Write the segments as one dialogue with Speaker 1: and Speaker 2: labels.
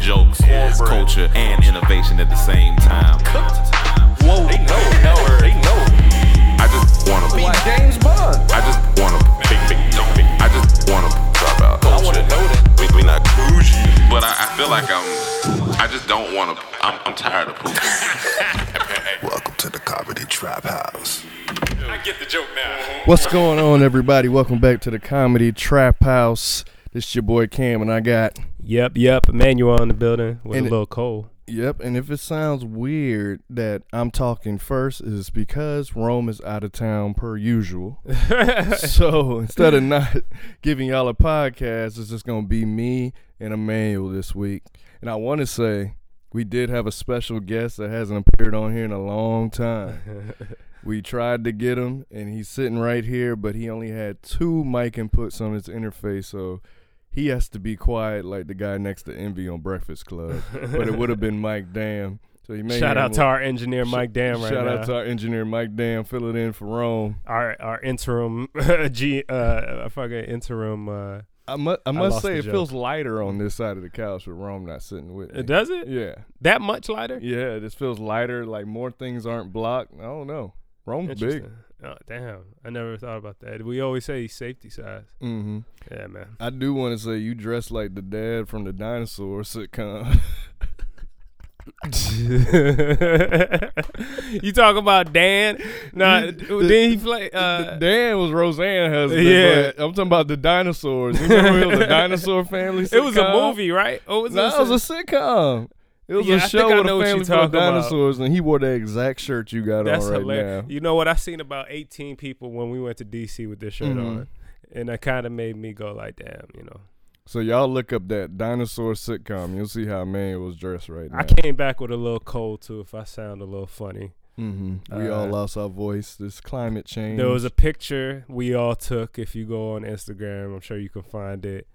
Speaker 1: jokes, it's culture, and innovation at the same time.
Speaker 2: Whoa.
Speaker 3: They know, know her. They know her.
Speaker 1: I just wanna be.
Speaker 2: Like James Bond.
Speaker 1: I just wanna.
Speaker 3: Big, big, no, big.
Speaker 1: I just wanna drop out.
Speaker 3: I wanna know that.
Speaker 1: We, we not bougie, but I, I feel like I'm. I just don't wanna. I'm, I'm tired of pooping.
Speaker 4: Welcome to the Comedy Trap House.
Speaker 3: I get the joke now.
Speaker 5: What's going on, everybody? Welcome back to the Comedy Trap House. This your boy Cam, and I got
Speaker 6: Yep, yep. Emmanuel in the building with
Speaker 5: And
Speaker 6: a
Speaker 5: it-
Speaker 6: little cold.
Speaker 5: yep. And if it sounds weird that I'm talking first, is because Rome is out of town per usual. so instead of not giving y'all a podcast, it's just gonna be me and Emmanuel this week. And I want to say we did have a special guest that hasn't appeared on here in a long time. We tried to get him, and he's sitting right here, but he only had two mic inputs on his interface, so he has to be quiet like the guy next to Envy on Breakfast Club. but it would have been Mike Dam. So he may
Speaker 6: Shout
Speaker 5: hear
Speaker 6: out
Speaker 5: him
Speaker 6: to
Speaker 5: a-
Speaker 6: our engineer Mike Dam right
Speaker 5: Shout
Speaker 6: now.
Speaker 5: out to our engineer Mike Dam, fill it in for Rome.
Speaker 6: our our interim G uh fucking interim uh
Speaker 5: I must, I must
Speaker 6: lost
Speaker 5: say
Speaker 6: the
Speaker 5: it
Speaker 6: joke. Mm.
Speaker 5: feels lighter on this side of the couch with Rome not sitting with me.
Speaker 6: it does it?
Speaker 5: Yeah,
Speaker 6: That much lighter?
Speaker 5: yeah, it just feels lighter. Like more things aren't blocked. I don't know. Rome's big.
Speaker 6: Interesting. Oh damn. I never thought about that. We always say safety size.
Speaker 5: hmm
Speaker 6: Yeah, man.
Speaker 5: I do want to say you dress like the dad from the dinosaur sitcom.
Speaker 6: you talk about Dan? Nah, then he play uh
Speaker 5: Dan was Roseanne husband.
Speaker 6: Yeah.
Speaker 5: but I'm talking about the dinosaurs. You remember it was the dinosaur family?
Speaker 6: it was a
Speaker 5: sitcom?
Speaker 6: movie, right? Oh, was
Speaker 5: No,
Speaker 6: this
Speaker 5: it was a sitcom. It was
Speaker 6: Yeah, I
Speaker 5: a
Speaker 6: think
Speaker 5: show
Speaker 6: I
Speaker 5: with
Speaker 6: know
Speaker 5: a
Speaker 6: what you
Speaker 5: family full of
Speaker 6: talking about.
Speaker 5: dinosaurs, and he wore the exact shirt you got
Speaker 6: That's
Speaker 5: on right
Speaker 6: hilarious.
Speaker 5: now.
Speaker 6: You know what? I seen about 18 people when we went to DC with this shirt
Speaker 5: Mhm.
Speaker 6: on. And that kind of made me go like, damn, you know.
Speaker 5: So y'all look up that dinosaur sitcom. You'll see how man was dressed right now.
Speaker 6: I came back with a little cold too if I sound a little funny.
Speaker 5: hmm We all
Speaker 6: Uh,
Speaker 5: lost our voice. This climate change.
Speaker 6: There was a picture we all took. If you go on Instagram, I'm sure you can find it.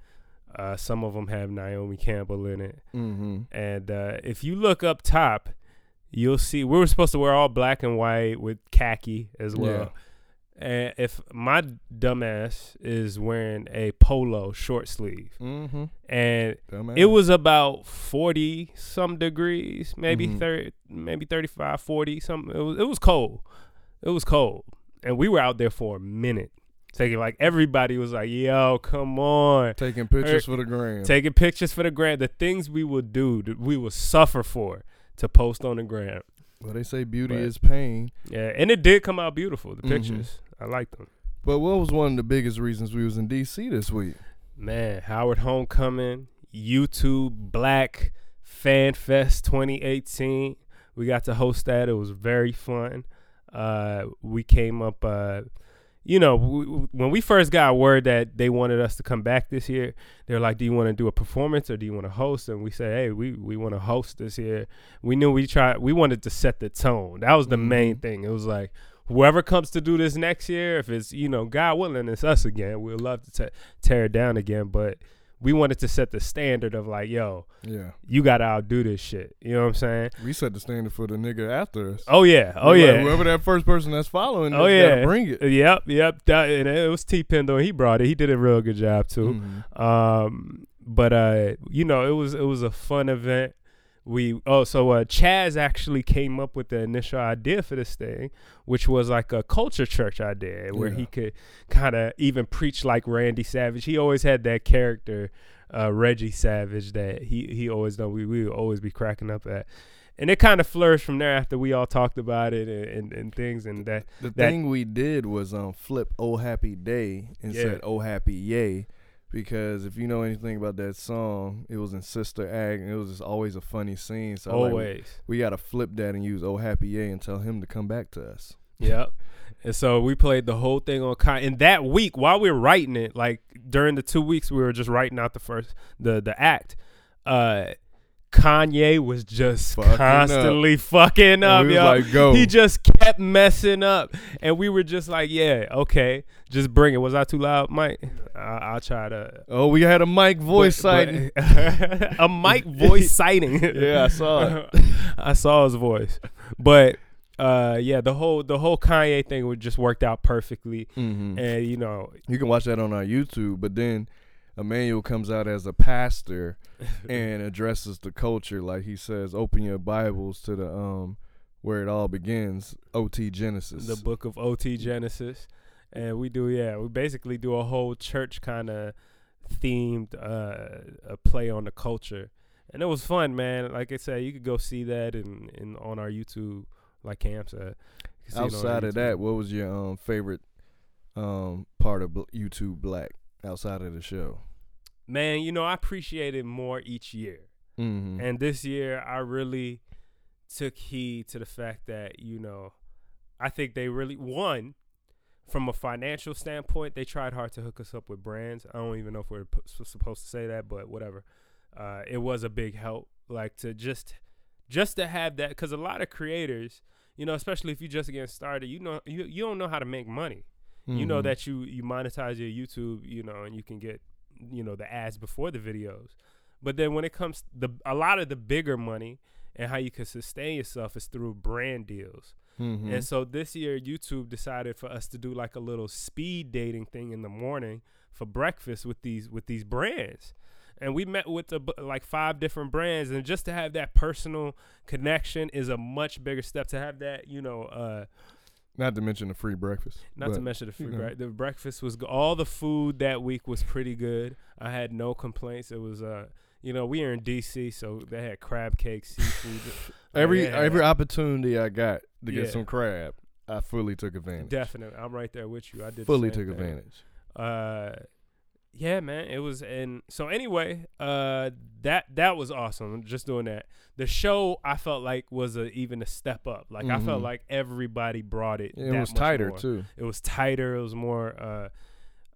Speaker 6: Uh, some of them have Naomi Campbell in it.
Speaker 5: hmm
Speaker 6: And uh, if you look up top, you'll see we were supposed to wear all black and white with khaki as well. And if my dumbass is wearing a polo short sleeve,
Speaker 5: hmm
Speaker 6: and Mm-hmm. it was about 40 some degrees maybe
Speaker 5: Mhm.
Speaker 6: 30 maybe 35 40 something it was, it was cold it was cold and we were out there for a minute taking like everybody was like yo come on
Speaker 5: taking pictures for the gram.
Speaker 6: taking pictures for the gram the things we would do that we would suffer for to post on the gram
Speaker 5: well, they say beauty
Speaker 6: But-
Speaker 5: is pain.
Speaker 6: yeah and it did come out beautiful the
Speaker 5: Mhm.
Speaker 6: pictures i like them
Speaker 5: But what was one of the biggest reasons we was in D.C. this week?
Speaker 6: Man, Howard Homecoming, YouTube Black Fan Fest 2018. We got to host that. It was very fun. Uh, we came up, uh, you know, w w- when we first got word that they wanted us to come back this year, they were like, "Do you want to do a performance or do you want to host?" And we said, "Hey, we we want to host this year." We knew we tried. We wanted to set the tone. That was the
Speaker 5: Mm-hmm.
Speaker 6: main thing. It was like. Whoever comes to do this next year, if it's you know God willing, it's us again. We'd love to te- tear it down again, but we wanted to set the standard of like, yo,
Speaker 5: Yeah,
Speaker 6: you gotta outdo this shit. You know what I'm saying?
Speaker 5: we set the standard for the nigga after us.
Speaker 6: Oh yeah, oh
Speaker 5: We like,
Speaker 6: yeah,
Speaker 5: whoever that first person that's following,
Speaker 6: oh
Speaker 5: us
Speaker 6: yeah.
Speaker 5: gotta bring it.
Speaker 6: Yep, yep. That, and it was T Pendle. He brought it. He did a real good job too.
Speaker 5: Mhm.
Speaker 6: Um, but uh, you know, it was it was a fun event. We oh so uh, Chaz actually came up with the initial idea for this thing, which was like a culture church idea where
Speaker 5: Yeah.
Speaker 6: he could kind of even preach like Randy Savage. He always had that character, uh, Reggie Savage, that he he always done. We we would always be cracking up at, and it kind of flourished from there after we all talked about it and, and, and things and that.
Speaker 5: The
Speaker 6: that-
Speaker 5: thing we did was um flip "Oh Happy Day" and
Speaker 6: Yeah.
Speaker 5: said "Oh Happy Yay," because if you know anything about that song, it was in Sister Act, and it was just always a funny scene. So like,
Speaker 6: Always.
Speaker 5: we gotta flip that and use "Oh Happy Yay" and tell him to come back to us.
Speaker 6: Yep. And so we played the whole thing on con. And that week, while we were writing it, like during the two weeks we were just writing out the first the the act. Uh, Kanye was just
Speaker 5: Fucking up.
Speaker 6: constantly fucking up,
Speaker 5: we was
Speaker 6: yo.
Speaker 5: like, go.
Speaker 6: He just kept messing up, and we were just like, "Yeah, okay, just bring it." Was I too loud, Mike? I, I'll try to
Speaker 5: Oh, we had a mic voice
Speaker 6: but-
Speaker 5: sighting.
Speaker 6: but- a mic voice sighting.
Speaker 5: Yeah, I saw
Speaker 6: it. I saw his voice, but uh, yeah, the whole the whole Kanye thing would just worked out perfectly,
Speaker 5: Mhm.
Speaker 6: and you know,
Speaker 5: You can watch that on our YouTube, but then Emmanuel comes out as a pastor and addresses the culture. Like he says, open your Bibles to the um where it all begins, OT Genesis.
Speaker 6: the book of OT Genesis, and we do yeah, we basically do a whole church kind of themed uh, a play on the culture, and it was fun, man. Like I said, you could go see that and in, on our YouTube, like Cam said. You can see it on our
Speaker 5: outside of
Speaker 6: YouTube.
Speaker 5: that, what was your um favorite um part of Bl- YouTube Black outside of the show?
Speaker 6: man, you know I appreciate it more each year.
Speaker 5: Mm-hmm.
Speaker 6: And this year, I really took heed to the fact that, you know, I think they really, one, from a financial standpoint, they tried hard to hook us up with brands. I don't even know if we're p- s- supposed to say that, but whatever. Uh, it was a big help, like to just, just to have that, because a lot of creators, you know, especially if you just getting started, you know, you, you don't know how to make money you know that you you monetize your YouTube, you know, and you can get you know the ads before the videos. But then when it comes the a lot of the bigger money and how you can sustain yourself is through brand deals.
Speaker 5: Mhm.
Speaker 6: And so this year YouTube decided for us to do like a little speed dating thing in the morning for breakfast with these with these brands. And we met with a, bu- like five different brands, and just to have that personal connection is a much bigger step. To have that, you know, uh,
Speaker 5: Not to mention the free breakfast.
Speaker 6: not to
Speaker 5: but-
Speaker 6: mention the food.
Speaker 5: know.
Speaker 6: right? The breakfast was go- all the food that week was pretty good. I had no complaints. It was uh, you know, we are in DC, so they had crab cakes, seafood. Like,
Speaker 5: every
Speaker 6: they had-
Speaker 5: every opportunity I got to
Speaker 6: Yeah.
Speaker 5: get some crab, I fully took advantage.
Speaker 6: definitely, I'm right there with you. I did the
Speaker 5: fully
Speaker 6: same
Speaker 5: took
Speaker 6: thing.
Speaker 5: advantage.
Speaker 6: Uh, yeah, man, it was. And so anyway, uh, that that was awesome. Just doing that. The show I felt like was a, even a step up. Like I felt
Speaker 5: Mhm.
Speaker 6: like everybody brought it.
Speaker 5: It
Speaker 6: that
Speaker 5: was
Speaker 6: much
Speaker 5: tighter
Speaker 6: more.
Speaker 5: too.
Speaker 6: It was tighter. It was more. Uh,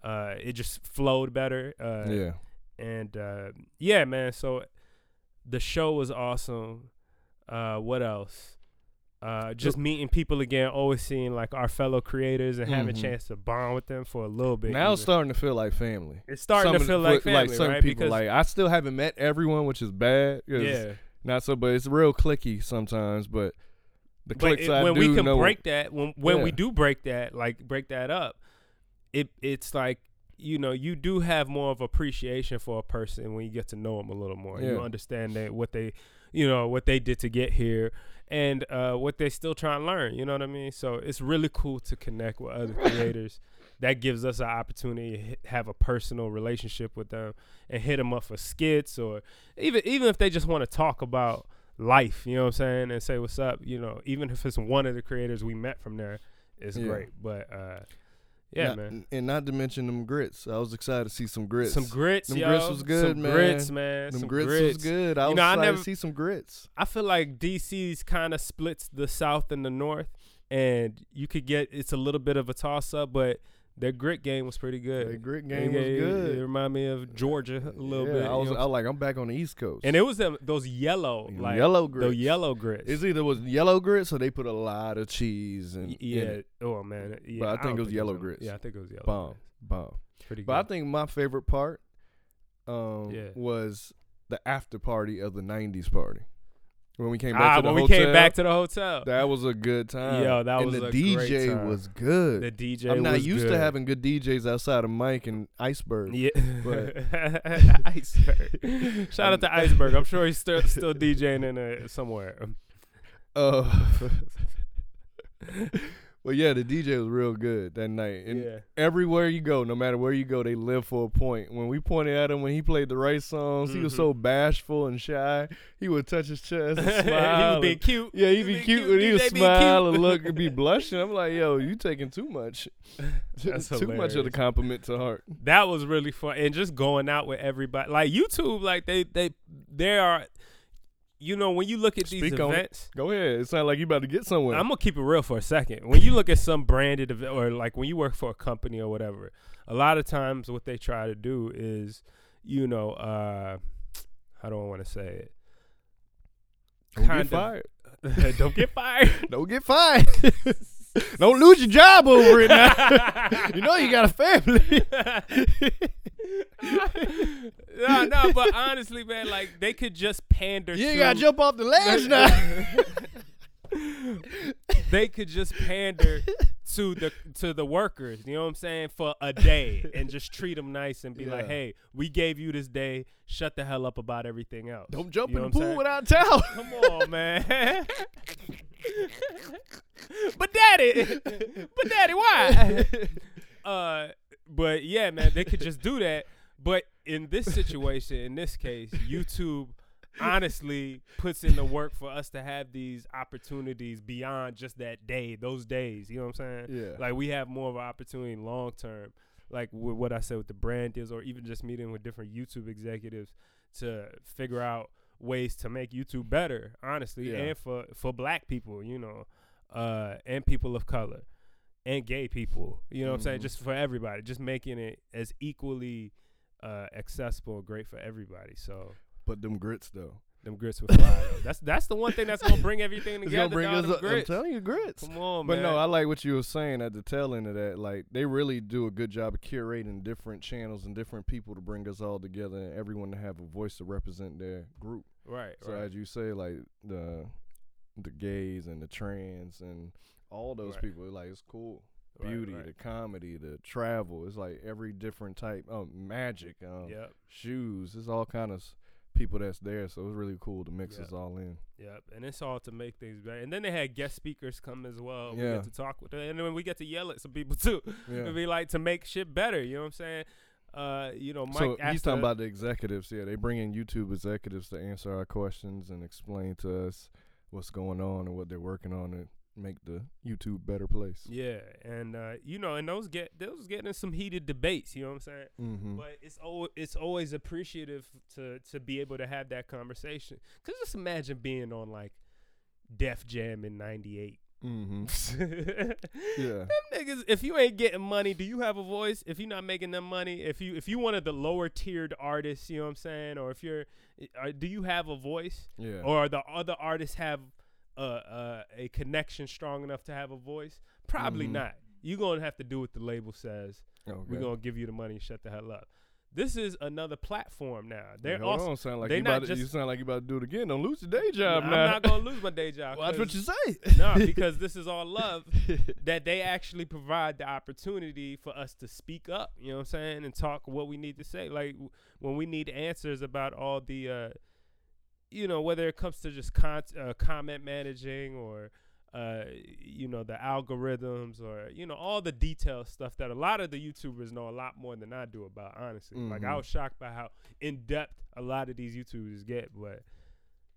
Speaker 6: uh, it just flowed better. Uh,
Speaker 5: yeah.
Speaker 6: and uh, yeah, man. So the show was awesome. Uh, what else? Uh, just meeting people again, always seeing like our fellow creators and having a
Speaker 5: Mhm.
Speaker 6: chance to bond with them for a little bit.
Speaker 5: Now
Speaker 6: even.
Speaker 5: it's starting to feel like family.
Speaker 6: it's starting
Speaker 5: Some
Speaker 6: to
Speaker 5: of the-
Speaker 6: feel like
Speaker 5: what-
Speaker 6: family,
Speaker 5: some
Speaker 6: right?
Speaker 5: people
Speaker 6: because
Speaker 5: like I still haven't met everyone, which is bad. 'cause
Speaker 6: yeah,
Speaker 5: Not so, but it's real clicky sometimes. But the
Speaker 6: but
Speaker 5: clicks
Speaker 6: it-
Speaker 5: I
Speaker 6: when
Speaker 5: do
Speaker 6: we can
Speaker 5: know
Speaker 6: break that, when when we
Speaker 5: Yeah.
Speaker 6: do break that, like break that up, it it's like you know you do have more of appreciation for a person when you get to know them a little more. You
Speaker 5: Yeah.
Speaker 6: understand that what they, you know, what they did to get here, and uh, what they still trying to learn. You know what I mean? So it's really cool to connect with other creators. That gives us an opportunity to hit- have a personal relationship with them and hit them up for skits or even even if they just want to talk about life, you know what I'm saying, and say what's up, you know, even if it's one of the creators we met from there, it's
Speaker 5: Yeah.
Speaker 6: great. But uh yeah,
Speaker 5: Not-
Speaker 6: man.
Speaker 5: and not to mention them grits. I was excited to see some grits.
Speaker 6: Some grits,
Speaker 5: Them
Speaker 6: yo.
Speaker 5: grits was good,
Speaker 6: some
Speaker 5: man.
Speaker 6: Grits, man.
Speaker 5: Them
Speaker 6: some
Speaker 5: grits,
Speaker 6: grits,
Speaker 5: was good. I
Speaker 6: You
Speaker 5: was
Speaker 6: know, I
Speaker 5: excited
Speaker 6: never-
Speaker 5: to see some grits.
Speaker 6: I feel like DC's kind of splits the South and the North, and you could get it's a little bit of a toss up, but their grit game was pretty good.
Speaker 5: The grit
Speaker 6: It-
Speaker 5: game was
Speaker 6: it-
Speaker 5: good.
Speaker 6: It, reminded me of Georgia a little
Speaker 5: yeah,
Speaker 6: bit.
Speaker 5: I
Speaker 6: you
Speaker 5: was,
Speaker 6: know?
Speaker 5: I was like, I'm back on the East Coast.
Speaker 6: and it was them, those yellow, like
Speaker 5: Yellow
Speaker 6: the
Speaker 5: grits.
Speaker 6: yellow grits.
Speaker 5: it's either was yellow grits or they put a lot of cheese and
Speaker 6: Y-
Speaker 5: in
Speaker 6: Yeah.
Speaker 5: it.
Speaker 6: Oh man. Yeah,
Speaker 5: But I think
Speaker 6: don't
Speaker 5: it was yellow
Speaker 6: on-
Speaker 5: grits.
Speaker 6: Yeah, I think it was yellow.
Speaker 5: bomb,
Speaker 6: grits.
Speaker 5: bomb.
Speaker 6: Pretty good.
Speaker 5: But I think my favorite part, um,
Speaker 6: Yeah.
Speaker 5: was the after party of the '90s party when we came back
Speaker 6: ah,
Speaker 5: to the
Speaker 6: when we
Speaker 5: hotel.
Speaker 6: came back to the hotel,
Speaker 5: that was a good time.
Speaker 6: Yo, that
Speaker 5: and
Speaker 6: was
Speaker 5: the
Speaker 6: a
Speaker 5: DJ
Speaker 6: great time.
Speaker 5: was good.
Speaker 6: the DJ.
Speaker 5: I'm not
Speaker 6: was
Speaker 5: used to
Speaker 6: good.
Speaker 5: having good DJs outside of Mike and Iceberg.
Speaker 6: Yeah.
Speaker 5: but-
Speaker 6: iceberg. Shout out to Iceberg. I'm sure he's still still DJing in uh, somewhere.
Speaker 5: Uh, well, yeah, the DJ was real good that night. And
Speaker 6: Yeah.
Speaker 5: everywhere you go, no matter where you go, they live for a point. When we pointed at him when he played the right songs, he was
Speaker 6: Mhm.
Speaker 5: so bashful and shy. He would touch his chest
Speaker 6: He
Speaker 5: and smile.
Speaker 6: was being
Speaker 5: and-
Speaker 6: cute.
Speaker 5: yeah, he'd be
Speaker 6: being
Speaker 5: cute, and he would
Speaker 6: DJ being
Speaker 5: smile
Speaker 6: cute.
Speaker 5: and look and be blushing. I'm like, yo, you taking too much,
Speaker 6: That's
Speaker 5: too much of the
Speaker 6: hilarious.
Speaker 5: compliment to heart.
Speaker 6: that was really fun and just going out with everybody like YouTube like they they they are you know when you look at these
Speaker 5: Speak on it.
Speaker 6: events
Speaker 5: Go ahead. It sounds like you about to get somewhere.
Speaker 6: I'm gonna keep it real for a second. When you look at some branded ev- or like when you work for a company or whatever, a lot of times what they try to do is, you know, uh, how do I want to say it?
Speaker 5: Don't
Speaker 6: kind
Speaker 5: get
Speaker 6: of-
Speaker 5: fired.
Speaker 6: Don't get fired.
Speaker 5: Don't get fired. Don't lose your job over it now. you know you got a family.
Speaker 6: no, no, but honestly, man, like they could just pander.
Speaker 5: You
Speaker 6: to,
Speaker 5: ain't gotta jump off the ledge now.
Speaker 6: they could just pander to the to the workers, you know what I'm saying, for a day and just treat them nice and be like,
Speaker 5: Yeah.
Speaker 6: "Hey, we gave you this day. Shut the hell up about everything else.
Speaker 5: Don't jump
Speaker 6: You know
Speaker 5: in
Speaker 6: what
Speaker 5: the
Speaker 6: I'm
Speaker 5: pool
Speaker 6: saying?
Speaker 5: without towel.
Speaker 6: Come on, man. but daddy, but daddy, why? uh, but yeah, man, they could just do that. But in this situation, in this case, YouTube honestly puts in the work for us to have these opportunities beyond just that day, those days. You know what I'm saying?
Speaker 5: Yeah.
Speaker 6: Like we have more of an opportunity long term. Like with what I said with the brand deals, or even just meeting with different YouTube executives to figure out ways to make YouTube better, honestly,
Speaker 5: Yeah.
Speaker 6: and for for black people, you know, uh, and people of color and gay people. You know what I'm saying?
Speaker 5: Mm-hmm.
Speaker 6: Just for everybody, just making it as equally uh, accessible, and great for everybody. So
Speaker 5: but them grits though.
Speaker 6: them grits with fire. though. that's that's the one thing that's gonna bring everything
Speaker 5: It's
Speaker 6: together.
Speaker 5: gonna bring
Speaker 6: dog,
Speaker 5: us
Speaker 6: them
Speaker 5: up. I'm
Speaker 6: grits.
Speaker 5: telling you, grits.
Speaker 6: Come on,
Speaker 5: But
Speaker 6: man.
Speaker 5: no, I like what you were saying at the tail end of that. Like they really do a good job of curating different channels and different people to bring us all together and everyone to have a voice to represent their group.
Speaker 6: right,
Speaker 5: So
Speaker 6: right.
Speaker 5: as you say, like the the gays and the trans and all those
Speaker 6: Right.
Speaker 5: people, like it's cool.
Speaker 6: Right,
Speaker 5: Beauty,
Speaker 6: right.
Speaker 5: the comedy, the travel. It's like every different type. Um, magic. Um,
Speaker 6: Yep,
Speaker 5: shoes. It's all kind of s- people that's there. So it's really cool to mix
Speaker 6: Yeah.
Speaker 5: us all in.
Speaker 6: yep, and it's all to make things better. And then they had guest speakers come as well. We
Speaker 5: Yeah.
Speaker 6: get to talk with them, and then we get to yell at some people too.
Speaker 5: Yeah.
Speaker 6: It'd be like to make shit better. You know what I'm saying? Uh, you know, Mike.
Speaker 5: so he's
Speaker 6: asked
Speaker 5: talking
Speaker 6: the-
Speaker 5: about the executives. Yeah, they bring in YouTube executives to answer our questions and explain to us what's going on and what they're working on and make the YouTube better place.
Speaker 6: Yeah, and uh, you know, and those get those getting some heated debates. You know what I'm saying?
Speaker 5: Mm-hmm.
Speaker 6: But it's always it's always appreciative to to be able to have that conversation. Cause just imagine being on like Def Jam in '98.
Speaker 5: Mm-hmm.
Speaker 6: yeah.
Speaker 5: Yeah.
Speaker 6: Them niggas, if you ain't getting money, do you have a voice? If you're not making them money, if you if you one of the lower tiered artists, you know what I'm saying, or if you're, uh, do you have a voice?
Speaker 5: Yeah.
Speaker 6: Or the other artists have a a, a connection strong enough to have a voice? Probably not. You're gonna have to do what the label says.
Speaker 5: Mm-hmm. Okay.
Speaker 6: We're gonna give you the money and shut the hell up. This is another platform now.
Speaker 5: Hey,
Speaker 6: They're
Speaker 5: hold
Speaker 6: also
Speaker 5: on, sound like
Speaker 6: they
Speaker 5: you,
Speaker 6: not
Speaker 5: about to,
Speaker 6: just-
Speaker 5: you sound like you about to do it again. Don't lose your day job
Speaker 6: I'm
Speaker 5: now.
Speaker 6: not gonna lose my day job.
Speaker 5: Watch what
Speaker 6: 'cause-
Speaker 5: you say.
Speaker 6: no, because this is all love that they actually provide the opportunity for us to speak up, you know what I'm saying, and talk what we need to say. Like w- when we need answers about all the, uh, you know, whether it comes to just con- uh, comment managing or, uh, you know, the algorithms or, you know, all the detail stuff that a lot of the YouTubers know a lot more than I do about, honestly. Like
Speaker 5: Mm-hmm.
Speaker 6: I was shocked by how in depth a lot of these YouTubers get, but.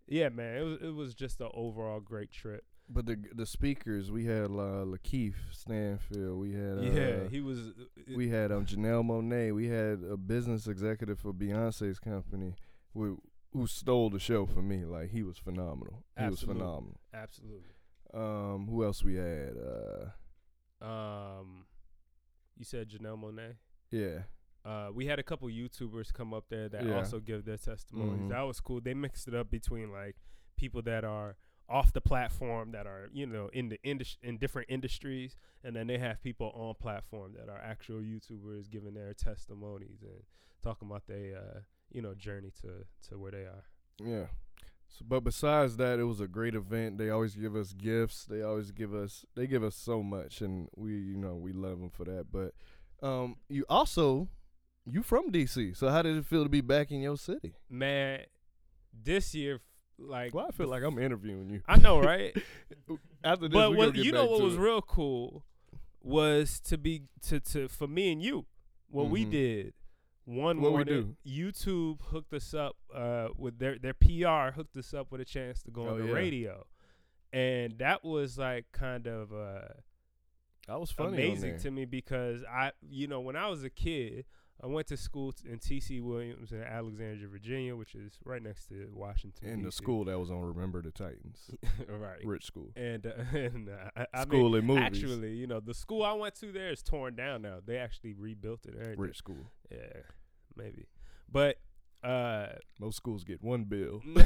Speaker 6: Yeah, man, it was it was just an overall great trip.
Speaker 5: But the the speakers we had uh, Lakeith Stanfield, we had uh,
Speaker 6: Yeah, he was.
Speaker 5: we had um, Janelle Monet, we had a business executive for Beyonce's company, who who stole the show for me. Like he was phenomenal. He
Speaker 6: Absolutely.
Speaker 5: was phenomenal.
Speaker 6: absolutely.
Speaker 5: Um, who else we had? Uh,
Speaker 6: Um, you said Janelle Monet.
Speaker 5: yeah,
Speaker 6: Uh, we had a couple YouTubers come up there that
Speaker 5: Yeah.
Speaker 6: also give their testimonies.
Speaker 5: Mhm.
Speaker 6: That was cool. They mixed it up between like people that are off the platform that are you know in the indus- in different industries, and then they have people on platform that are actual YouTubers giving their testimonies and talking about their uh, you know journey to to where they are.
Speaker 5: yeah. So, but besides that, it was a great event. They always give us gifts. They always give us. They give us so much, and we, you know, we love them for that. But um, you also, you from DC, so how did it feel to be back in your city?
Speaker 6: Man, this year, like
Speaker 5: Well, I feel like I'm interviewing you.
Speaker 6: I know, right?
Speaker 5: After this,
Speaker 6: but
Speaker 5: we
Speaker 6: what,
Speaker 5: gonna get
Speaker 6: you know
Speaker 5: back
Speaker 6: what
Speaker 5: to
Speaker 6: was
Speaker 5: it.
Speaker 6: real cool was to be to to for me and you what we
Speaker 5: Mhm.
Speaker 6: did one
Speaker 5: What we
Speaker 6: morning YouTube hooked us up uh with their their PR hooked us up with a chance to go
Speaker 5: Oh,
Speaker 6: on the
Speaker 5: yeah.
Speaker 6: radio and that was like kind of uh
Speaker 5: That was funny. on
Speaker 6: amazing
Speaker 5: there.
Speaker 6: to me because I, you know, when I was a kid, I went to school t- in T.C. Williams in Alexandria, Virginia, which is right next to Washington.
Speaker 5: in the
Speaker 6: DC.
Speaker 5: school that was on Remember the Titans,
Speaker 6: right?
Speaker 5: rich school.
Speaker 6: And, uh, and uh, I, I mean,
Speaker 5: School and movies.
Speaker 6: Actually, you know, the school I went to there is torn down now. They actually rebuilt it. and everything.
Speaker 5: Rich school.
Speaker 6: Yeah, maybe. But uh,
Speaker 5: Most schools get one bill,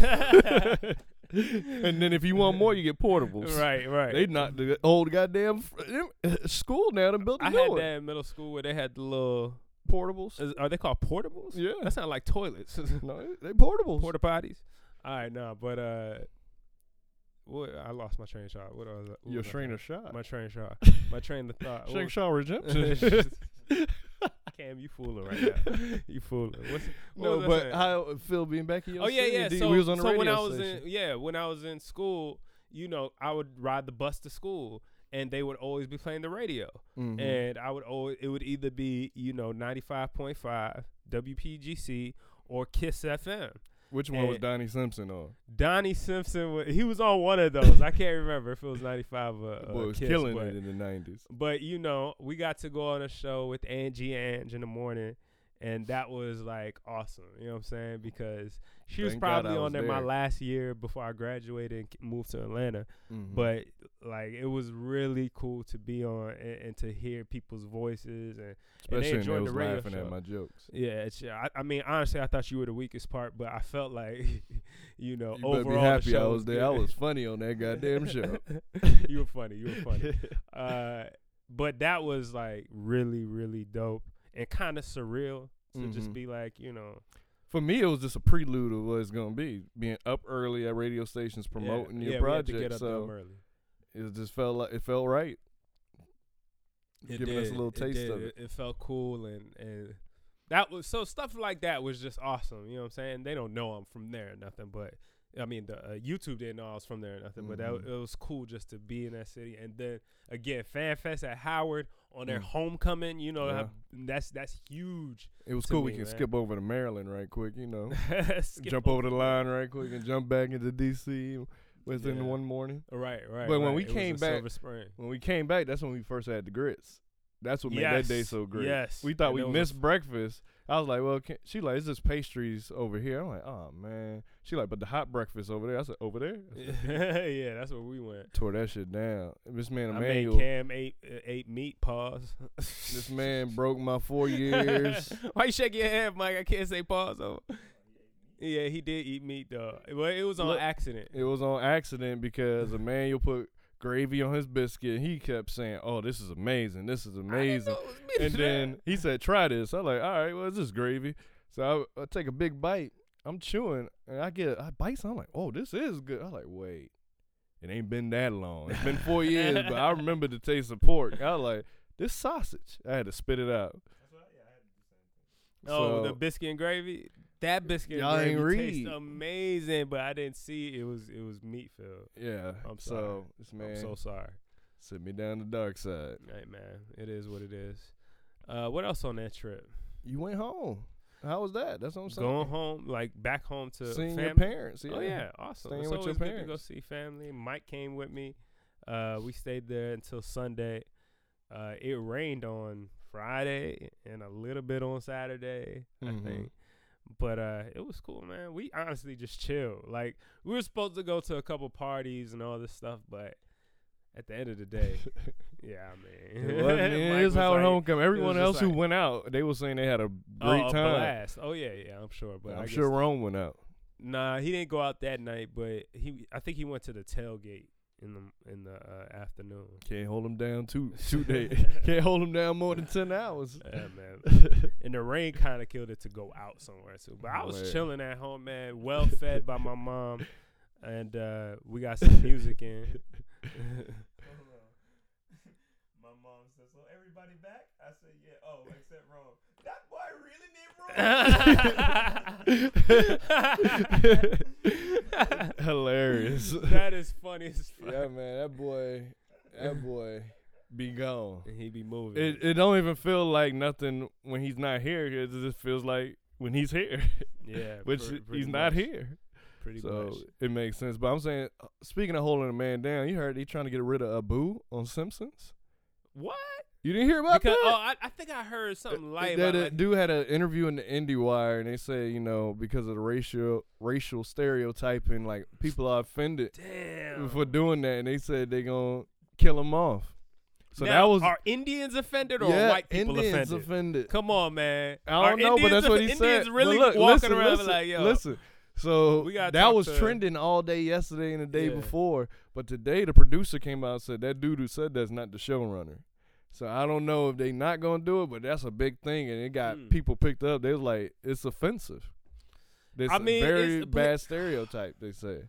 Speaker 6: right,
Speaker 5: and then if you want more, you get portables.
Speaker 6: right.
Speaker 5: They knocked the old goddamn f- them- uh, school down and built a
Speaker 6: I
Speaker 5: new
Speaker 6: had
Speaker 5: one.
Speaker 6: that in middle school where they had the little.
Speaker 5: Portables.
Speaker 6: Is, are they called portables?
Speaker 5: Yeah.
Speaker 6: That sound like toilets.
Speaker 5: no, they portables.
Speaker 6: porta potties. All right, no, but uh, what I lost my train of thought. What was what
Speaker 5: Your
Speaker 6: was I
Speaker 5: train
Speaker 6: saying?
Speaker 5: of shot.
Speaker 6: My train of thought. My train of thought. what
Speaker 5: Shake
Speaker 6: was-
Speaker 5: Shaw redemption.
Speaker 6: Cam, you fooling right now. You fooling. What's, what
Speaker 5: no,
Speaker 6: was I
Speaker 5: but
Speaker 6: saying?
Speaker 5: how Phil being back in your
Speaker 6: oh yeah,
Speaker 5: city,
Speaker 6: yeah.
Speaker 5: D,
Speaker 6: So,
Speaker 5: we was on the
Speaker 6: so
Speaker 5: radio
Speaker 6: when I was
Speaker 5: station.
Speaker 6: in yeah, when I was in school, you know, I would ride the bus to school, and they would always be playing the radio,
Speaker 5: Mm-hmm.
Speaker 6: and I would always it would either be you know ninety five point five WPGC or Kiss FM.
Speaker 5: Which one was
Speaker 6: and-
Speaker 5: Donnie Simpson on?
Speaker 6: Donnie Simpson, wa- he was on one of those. I can't remember if it was ninety five or,
Speaker 5: The
Speaker 6: or
Speaker 5: boy was
Speaker 6: Uh, Kiss,
Speaker 5: killing
Speaker 6: but-
Speaker 5: it in the nineties.
Speaker 6: but you know, we got to go on a show with Angie Ange in the morning, and that was like awesome. You know what I'm saying? Because she was
Speaker 5: Thank God
Speaker 6: probably
Speaker 5: I
Speaker 6: on
Speaker 5: was
Speaker 6: there, my
Speaker 5: there.
Speaker 6: last year before I graduated and k- moved to Atlanta.
Speaker 5: Mm-hmm.
Speaker 6: But like, it was really cool to be on and, and to hear people's voices and, and they
Speaker 5: Especially when they
Speaker 6: enjoyed
Speaker 5: was
Speaker 6: the radio
Speaker 5: laughing
Speaker 6: show.
Speaker 5: at my jokes.
Speaker 6: yeah, it's, I, I mean, honestly, I thought you were the weekest part, but I felt like, you know,
Speaker 5: You better
Speaker 6: overall,
Speaker 5: be
Speaker 6: the
Speaker 5: happy I
Speaker 6: show
Speaker 5: was there. I
Speaker 6: good.
Speaker 5: was funny on that goddamn show.
Speaker 6: you were funny. You were funny. Uh, but that was like really, really dope and kind of surreal to just
Speaker 5: Mhm.
Speaker 6: be like, you know,
Speaker 5: For me, it was just a prelude of what it's gonna be. Being up early at radio stations promoting your
Speaker 6: we had
Speaker 5: project,
Speaker 6: to get up
Speaker 5: so
Speaker 6: them early.
Speaker 5: it just felt like it felt right. giving us a little taste
Speaker 6: did.
Speaker 5: of it.
Speaker 6: It felt cool and and that was so stuff like that was just awesome. You know what I'm saying? They don't know I'm from there or nothing, but I mean the uh, YouTube didn't know I was from there or nothing. But that
Speaker 5: Mhm.
Speaker 6: it was cool just to be in that city. And then again, Fan Fest at Howard on their
Speaker 5: Mm.
Speaker 6: homecoming. You know
Speaker 5: Yeah.
Speaker 6: that- that's that's huge.
Speaker 5: It was
Speaker 6: to
Speaker 5: cool. we
Speaker 6: me,
Speaker 5: can
Speaker 6: man.
Speaker 5: skip over to Maryland right quick, you know.
Speaker 6: Skip
Speaker 5: jump over the line right quick and jump back into DC within
Speaker 6: Yeah.
Speaker 5: one morning.
Speaker 6: Right, right.
Speaker 5: But when
Speaker 6: right.
Speaker 5: we
Speaker 6: It was
Speaker 5: came
Speaker 6: in
Speaker 5: back-
Speaker 6: Silver Spring.
Speaker 5: When we came back, that's when we first had the grits. That's what made that day
Speaker 6: Yes,
Speaker 5: so great.
Speaker 6: yes.
Speaker 5: we thought
Speaker 6: And
Speaker 5: we
Speaker 6: that was a
Speaker 5: missed breakfast. I was like, "Well, can, she like, it's just pastries over here." I'm like, "Oh man." She like, "But the hot breakfast over there." I said, "Over there." I said,
Speaker 6: yeah, that's where we went.
Speaker 5: Tore that shit down. This man
Speaker 6: I made
Speaker 5: Emmanuel,
Speaker 6: Cam ate uh, ate meat. Pause.
Speaker 5: this man broke my four years.
Speaker 6: Why you shake your head, Mike? I can't say pause though. Yeah, he did eat meat though. Well, it was on
Speaker 5: Look,
Speaker 6: accident.
Speaker 5: It was on accident because Emmanuel put gravy on his biscuit. and He kept saying, "Oh, this is amazing! This is amazing!"
Speaker 6: know it was meat
Speaker 5: and
Speaker 6: in
Speaker 5: then he said, "Try this." I'm like, "All right, well, it's just gravy." So I, I take a big bite. I'm chewing, and I get I bite. Something. I'm like, "Oh, this is good." I'm like, "Wait, it ain't been that long. It's been four years, but I remember the taste of pork." I was like, "This sausage." I had to spit it out.
Speaker 6: oh, the
Speaker 5: so-
Speaker 6: biscuit and gravy. That biscuit
Speaker 5: Y'all
Speaker 6: and
Speaker 5: ain't
Speaker 6: gravy tastes
Speaker 5: read.
Speaker 6: amazing, but I didn't see it was it was meat filled.
Speaker 5: Yeah.
Speaker 6: I'm sorry.
Speaker 5: so this man
Speaker 6: I'm so sorry.
Speaker 5: sent me down the dark side.
Speaker 6: Hey man, it is what it is. Uh, what else on that trip?
Speaker 5: You went home. How was that? That's what I'm saying.
Speaker 6: Going home, like back home to
Speaker 5: Seeing your
Speaker 6: family?
Speaker 5: parents.
Speaker 6: Oh yeah, awesome.
Speaker 5: Staying
Speaker 6: it's
Speaker 5: with your
Speaker 6: always good to go
Speaker 5: parents.
Speaker 6: see family. Mike came with me. Uh, we stayed there until Sunday. Uh, it rained on Friday and a little bit on Saturday,
Speaker 5: Mhm.
Speaker 6: I think. But uh, it was cool, man. We honestly just chill. Like we were supposed to go to a couple parties and all this stuff, but at the end of the day, yeah, I mean,
Speaker 5: It was, man,
Speaker 6: Mike
Speaker 5: it is
Speaker 6: was
Speaker 5: how
Speaker 6: like,
Speaker 5: homecoming. Everyone
Speaker 6: just
Speaker 5: else who
Speaker 6: like-
Speaker 5: went out, they were saying they had a great
Speaker 6: "Oh, a
Speaker 5: time.
Speaker 6: blast. Oh yeah, yeah, I'm sure. But I
Speaker 5: I'm
Speaker 6: guess
Speaker 5: sure Rome went out.
Speaker 6: Nah, he didn't go out that night, but he I think he went to the tailgate in the in the uh, afternoon.
Speaker 5: Can't hold them down two two days. Can't hold them down more than ten hours.
Speaker 6: Yeah, man. and the rain kind of killed it to go out somewhere too. But I was
Speaker 5: Word.
Speaker 6: chilling at home, man, well fed by my mom, and uh, we got some music in.
Speaker 7: My mom said, "So everybody back?" I said, "Yeah." Oh, except Rome. That boy really need Rome.
Speaker 5: Hilarious.
Speaker 6: that is funny as fuck.
Speaker 5: yeah, man, that boy, that boy, be gone.
Speaker 6: And he be moving.
Speaker 5: It it don't even feel like nothing when he's not here. It just feels like when he's here,
Speaker 6: yeah,
Speaker 5: which
Speaker 6: pre-
Speaker 5: he's
Speaker 6: pretty much,
Speaker 5: not here.
Speaker 6: Pretty
Speaker 5: so
Speaker 6: much.
Speaker 5: it makes sense. But I'm saying, uh, speaking of holding a man down, you heard he trying to get rid of Abu on Simpsons.
Speaker 6: What?
Speaker 5: You didn't hear about
Speaker 6: Because
Speaker 5: that?
Speaker 6: oh, I, I think I heard something light
Speaker 5: that
Speaker 6: about
Speaker 5: uh,
Speaker 6: like,
Speaker 5: dude had an interview in the IndieWire, and they said, you know, because of the racial racial stereotyping, like people are offended
Speaker 6: damn.
Speaker 5: for doing that, and they said they gonna kill him off. So
Speaker 6: Now,
Speaker 5: that was
Speaker 6: are Indians offended or
Speaker 5: yeah,
Speaker 6: white people
Speaker 5: Indians
Speaker 6: offended?
Speaker 5: offended.
Speaker 6: Come on, man.
Speaker 5: I
Speaker 6: Are
Speaker 5: don't know, but
Speaker 6: Indians
Speaker 5: that's what he
Speaker 6: off-
Speaker 5: said.
Speaker 6: Indians really
Speaker 5: but look,
Speaker 6: walking
Speaker 5: listen,
Speaker 6: around
Speaker 5: listen,
Speaker 6: like, yo,
Speaker 5: listen. So
Speaker 6: We gotta
Speaker 5: that
Speaker 6: talk
Speaker 5: was
Speaker 6: to-
Speaker 5: trending all day yesterday and the day
Speaker 6: Yeah.
Speaker 5: before, but today the producer came out and said that dude who said that's not the showrunner. So I don't know if they not gonna do it, but that's a big thing, and it got
Speaker 6: Hmm.
Speaker 5: people picked up. They was like, it's offensive. This
Speaker 6: I mean,
Speaker 5: very
Speaker 6: it's- but-
Speaker 5: bad stereotype. They say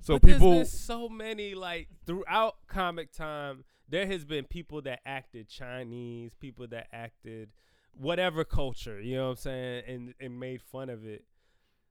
Speaker 5: So
Speaker 6: But
Speaker 5: people,
Speaker 6: there's been so many like throughout comic time there has been people that acted chinese people that acted whatever culture you know what i'm saying and and made fun of it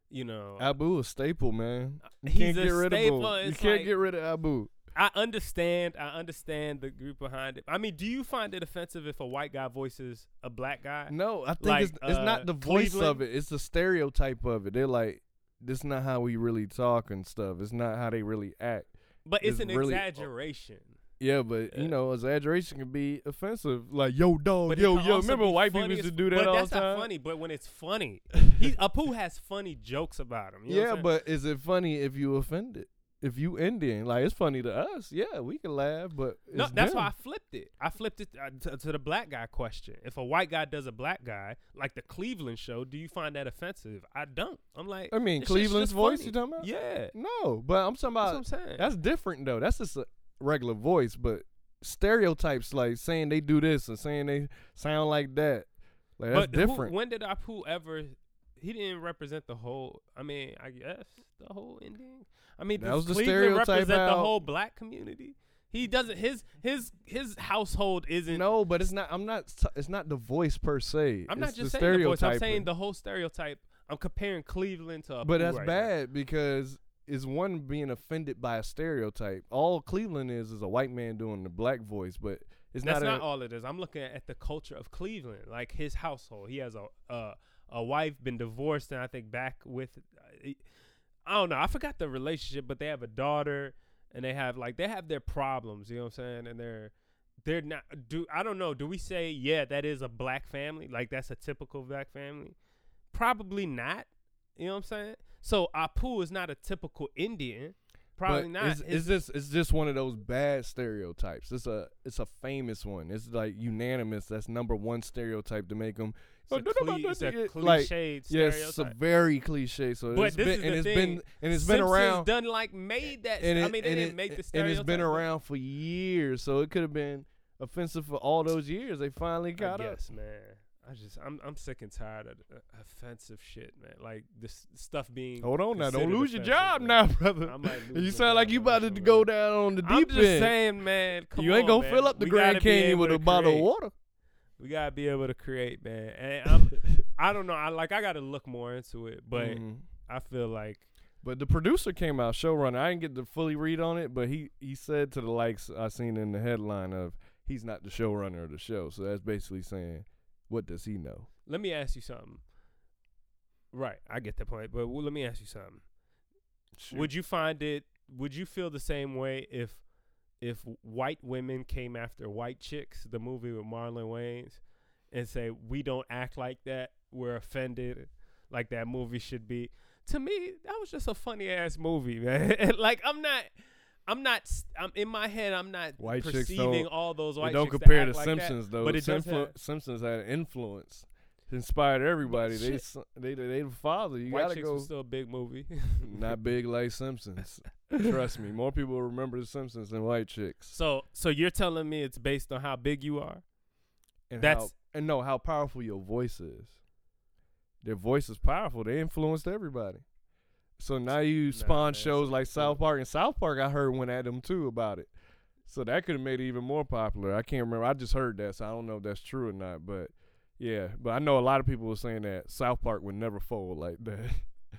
Speaker 6: you know i,
Speaker 5: Abu a staple, man. You
Speaker 6: He's
Speaker 5: can't
Speaker 6: a
Speaker 5: get rid
Speaker 6: staple,
Speaker 5: of him. You
Speaker 6: it's
Speaker 5: can't
Speaker 6: like-
Speaker 5: get rid of Abu.
Speaker 6: understand i understand the group behind it i mean do you find it offensive if a white guy voices a black guy
Speaker 5: No, I think
Speaker 6: Like,
Speaker 5: it's, it's
Speaker 6: uh,
Speaker 5: not the voice of
Speaker 6: Cleveland?
Speaker 5: it. It's the stereotype of it. They're like, this is not how we really talk and stuff. It's not how they really act.
Speaker 6: but it's,
Speaker 5: it's
Speaker 6: an
Speaker 5: really-
Speaker 6: exaggeration
Speaker 5: Yeah, but you know, exaggeration can be offensive. Like, yo, dog,
Speaker 6: Uh, But it
Speaker 5: Oh, yo,
Speaker 6: can
Speaker 5: yo.
Speaker 6: also
Speaker 5: Remember,
Speaker 6: be
Speaker 5: white people
Speaker 6: funny
Speaker 5: used to
Speaker 6: as-
Speaker 5: do that
Speaker 6: but
Speaker 5: all
Speaker 6: that's
Speaker 5: the time.
Speaker 6: not funny. But when it's funny, he, Apu has funny jokes about him. you know what I'm
Speaker 5: yeah,
Speaker 6: saying?
Speaker 5: but is it funny if you offended? If you Indian, like it's funny to us. Yeah, we can laugh, but
Speaker 6: No,
Speaker 5: it's
Speaker 6: that's
Speaker 5: them.
Speaker 6: why I flipped it. I flipped it uh, to, to the black guy question. If a white guy does a black guy, like the Cleveland show, do you find that offensive? I don't. I'm like,
Speaker 5: I mean,
Speaker 6: this shit's
Speaker 5: Cleveland's
Speaker 6: just
Speaker 5: voice
Speaker 6: funny.
Speaker 5: you talking about?
Speaker 6: Yeah,
Speaker 5: No, but I'm talking
Speaker 6: that's
Speaker 5: about
Speaker 6: what I'm saying.
Speaker 5: That's different though. That's just a regular voice, but stereotypes like saying they do this and saying they sound like that. Like that's
Speaker 6: but who-
Speaker 5: different.
Speaker 6: when did Apu ever? He didn't represent the whole. I mean, I guess the whole Indian. I mean,
Speaker 5: That
Speaker 6: does
Speaker 5: was the
Speaker 6: Cleveland
Speaker 5: stereotype
Speaker 6: represent the
Speaker 5: out.
Speaker 6: whole black community? He doesn't. His his his household isn't.
Speaker 5: no, but it's not. I'm not. s- It's not the voice per se.
Speaker 6: I'm
Speaker 5: It's
Speaker 6: not just
Speaker 5: the
Speaker 6: saying the voice. I'm saying
Speaker 5: stereotyping.
Speaker 6: the whole stereotype. I'm comparing Cleveland to. Apu
Speaker 5: But that's
Speaker 6: right now.
Speaker 5: bad because is one being offended by a stereotype. All Cleveland is is a white man doing the black voice, but it's
Speaker 6: That's
Speaker 5: not.
Speaker 6: not
Speaker 5: a,
Speaker 6: all it is. I'm looking at the culture of Cleveland, like his household. He has a a, a wife, been divorced, and I think back with, uh, e, I don't know. I forgot the relationship, but they have a daughter, and they have like they have their problems. You know what I'm saying? And they're they're not. Do I don't know. Do we say yeah that is a black family? Like that's a typical black family? Probably not. You know what I'm saying? So Apu is not a typical Indian. Probably
Speaker 5: but
Speaker 6: not.
Speaker 5: It's,
Speaker 6: His-
Speaker 5: it's just it's just one of those bad stereotypes. It's a it's a famous one. It's like unanimous. That's number one stereotype to make them.
Speaker 6: it's a, cle- it's a
Speaker 5: like,
Speaker 6: cliched
Speaker 5: yes,
Speaker 6: stereotype.
Speaker 5: it's a very cliche. So
Speaker 6: But
Speaker 5: it's
Speaker 6: this
Speaker 5: been,
Speaker 6: is
Speaker 5: and
Speaker 6: the
Speaker 5: it's
Speaker 6: thing.
Speaker 5: been and it's been
Speaker 6: Simpsons
Speaker 5: around.
Speaker 6: Done like made that.
Speaker 5: and
Speaker 6: I
Speaker 5: it-
Speaker 6: mean, they
Speaker 5: and
Speaker 6: didn't
Speaker 5: it-
Speaker 6: make the
Speaker 5: and it's
Speaker 6: stereotype.
Speaker 5: been around for years. So it could have been offensive for all those years. They finally
Speaker 6: I
Speaker 5: got up.
Speaker 6: guess, man. I just, I'm, I'm sick and tired of the offensive shit, man. Like this stuff being.
Speaker 5: Hold on now, don't
Speaker 6: considered
Speaker 5: lose your
Speaker 6: offensive,
Speaker 5: job
Speaker 6: man.
Speaker 5: now, brother.
Speaker 6: I might lose my
Speaker 5: you sound like
Speaker 6: job
Speaker 5: you
Speaker 6: on
Speaker 5: about
Speaker 6: this
Speaker 5: to
Speaker 6: one,
Speaker 5: go
Speaker 6: man.
Speaker 5: down on the
Speaker 6: I'm
Speaker 5: deep
Speaker 6: just
Speaker 5: end.
Speaker 6: saying, man. come
Speaker 5: you ain't
Speaker 6: on,
Speaker 5: gonna
Speaker 6: man.
Speaker 5: fill up the
Speaker 6: We
Speaker 5: Grand
Speaker 6: gotta be
Speaker 5: Canyon
Speaker 6: able
Speaker 5: with
Speaker 6: to
Speaker 5: a bottle of
Speaker 6: create.
Speaker 5: water.
Speaker 6: We gotta be able to create, man. And I'm, I don't know. I like, I gotta look more into it, but
Speaker 5: Mhm.
Speaker 6: I feel like
Speaker 5: But the producer came out, showrunner. I didn't get to fully read on it, but he he said to the likes I seen in the headline of he's not the showrunner of the show. So that's basically saying, what does he know?
Speaker 6: let me ask you something. Right, I get that point, but well, let me ask you something. Would you find it? Would you feel the same way if if white women came after white chicks, the movie with Marlon Wayans, and say we don't act like that, we're offended, like that movie should be? To me, that was just a funny ass movie, man. like I'm not. I'm not. s- I'm in my head. I'm not
Speaker 5: White chicks
Speaker 6: perceiving
Speaker 5: don't-
Speaker 6: all those
Speaker 5: We
Speaker 6: white.
Speaker 5: don't
Speaker 6: chicks that
Speaker 5: compare
Speaker 6: act
Speaker 5: to
Speaker 6: like that,
Speaker 5: Simpsons though.
Speaker 6: but it does
Speaker 5: Simpson-
Speaker 6: have-
Speaker 5: Simpsons had an influence, It inspired everybody. They,
Speaker 6: shit.
Speaker 5: s- they they they the father. You
Speaker 6: White
Speaker 5: gotta
Speaker 6: chicks
Speaker 5: go.
Speaker 6: was still a big movie.
Speaker 5: not big like Simpsons. Trust me, more people remember the Simpsons than white chicks.
Speaker 6: So, so you're telling me it's based on how big you are?
Speaker 5: and
Speaker 6: That's-
Speaker 5: how, and know how powerful your voice is. Their voice is powerful. They influenced everybody. So now you spawn
Speaker 6: man,
Speaker 5: shows
Speaker 6: it's-
Speaker 5: like South Park, and South Park I heard went at them too about it. So that could have made it even more popular. I can't remember. I just heard that, so I don't know if that's true or not. But yeah, but I know a lot of people were saying that South Park would never fold like that.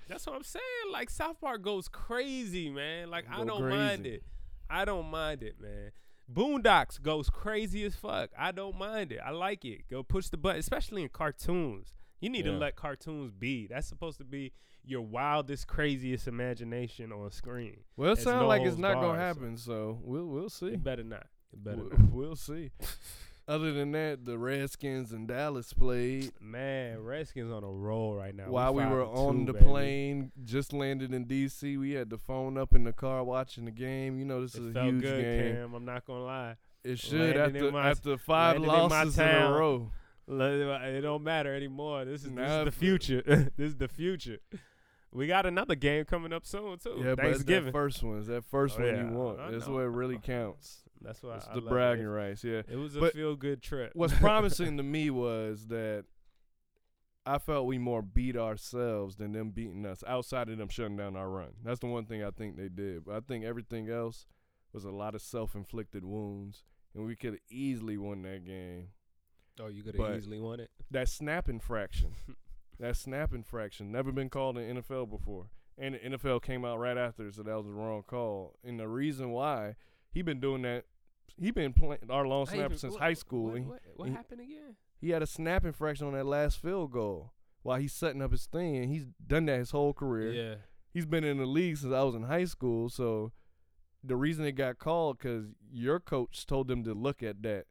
Speaker 6: That's what I'm saying. Like South Park goes crazy, man. Like I
Speaker 5: Go
Speaker 6: don't mind
Speaker 5: crazy.
Speaker 6: it. I don't mind it, man. Boondocks goes crazy as fuck. I don't mind it. I like it. Go push the button, especially in cartoons. You need to
Speaker 5: Yeah.
Speaker 6: let cartoons be. That's supposed to be your wildest, craziest imagination on screen.
Speaker 5: well, it
Speaker 6: It's
Speaker 5: sounds
Speaker 6: no
Speaker 5: like it's
Speaker 6: holds
Speaker 5: not gonna
Speaker 6: barred, so-
Speaker 5: happen. So we'll we'll see.
Speaker 6: It better not. It better
Speaker 5: We'll,
Speaker 6: not.
Speaker 5: we'll see. Other than that, the Redskins and Dallas played.
Speaker 6: Man, Redskins on a roll right now.
Speaker 5: While we
Speaker 6: five
Speaker 5: were
Speaker 6: and
Speaker 5: on
Speaker 6: two,
Speaker 5: the
Speaker 6: baby.
Speaker 5: plane, just landed in D.C., we had the phone up in the car watching the game. You know, this
Speaker 6: It
Speaker 5: is a
Speaker 6: felt
Speaker 5: huge
Speaker 6: good,
Speaker 5: game.
Speaker 6: Cam. I'm not gonna lie.
Speaker 5: It should
Speaker 6: Landed
Speaker 5: after
Speaker 6: in my-
Speaker 5: after five
Speaker 6: landed in my
Speaker 5: losses in, a
Speaker 6: town.
Speaker 5: row.
Speaker 6: Let- It don't matter anymore. This is, this
Speaker 5: Nah,
Speaker 6: is the
Speaker 5: but-
Speaker 6: future. this is the future. We got another game coming up soon too.
Speaker 5: Yeah, but it's that
Speaker 6: Thanksgiving.
Speaker 5: first one, it's that first
Speaker 6: Oh,
Speaker 5: one
Speaker 6: yeah,
Speaker 5: you want.
Speaker 6: I
Speaker 5: That's
Speaker 6: know.
Speaker 5: what really counts.
Speaker 6: That's why
Speaker 5: It's
Speaker 6: I
Speaker 5: the
Speaker 6: love
Speaker 5: bragging
Speaker 6: It.
Speaker 5: rights. Yeah.
Speaker 6: It was a
Speaker 5: But-
Speaker 6: feel good trip.
Speaker 5: What's promising to me was that I felt we more beat ourselves than them beating us outside of them shutting down our run. That's the one thing I think they did. But I think everything else was a lot of self inflicted wounds, and we could have easily won that game.
Speaker 6: Oh, you could
Speaker 5: But-
Speaker 6: have easily won it.
Speaker 5: That snap infraction, that snap infraction, never been called in NFL before. And the NFL came out right after, so that was the wrong call. And the reason why he been doing that, he been playing our long
Speaker 6: Hey,
Speaker 5: snapper
Speaker 6: but
Speaker 5: since
Speaker 6: what-
Speaker 5: high school.
Speaker 6: What,
Speaker 5: and he-
Speaker 6: what- what
Speaker 5: and he-
Speaker 6: happened again?
Speaker 5: He had a snap infraction on that last field goal while he's setting up his thing. And he's done that his whole career.
Speaker 6: Yeah,
Speaker 5: He's been in the league since I was in high school. So the reason it got called because your coach told them to look at that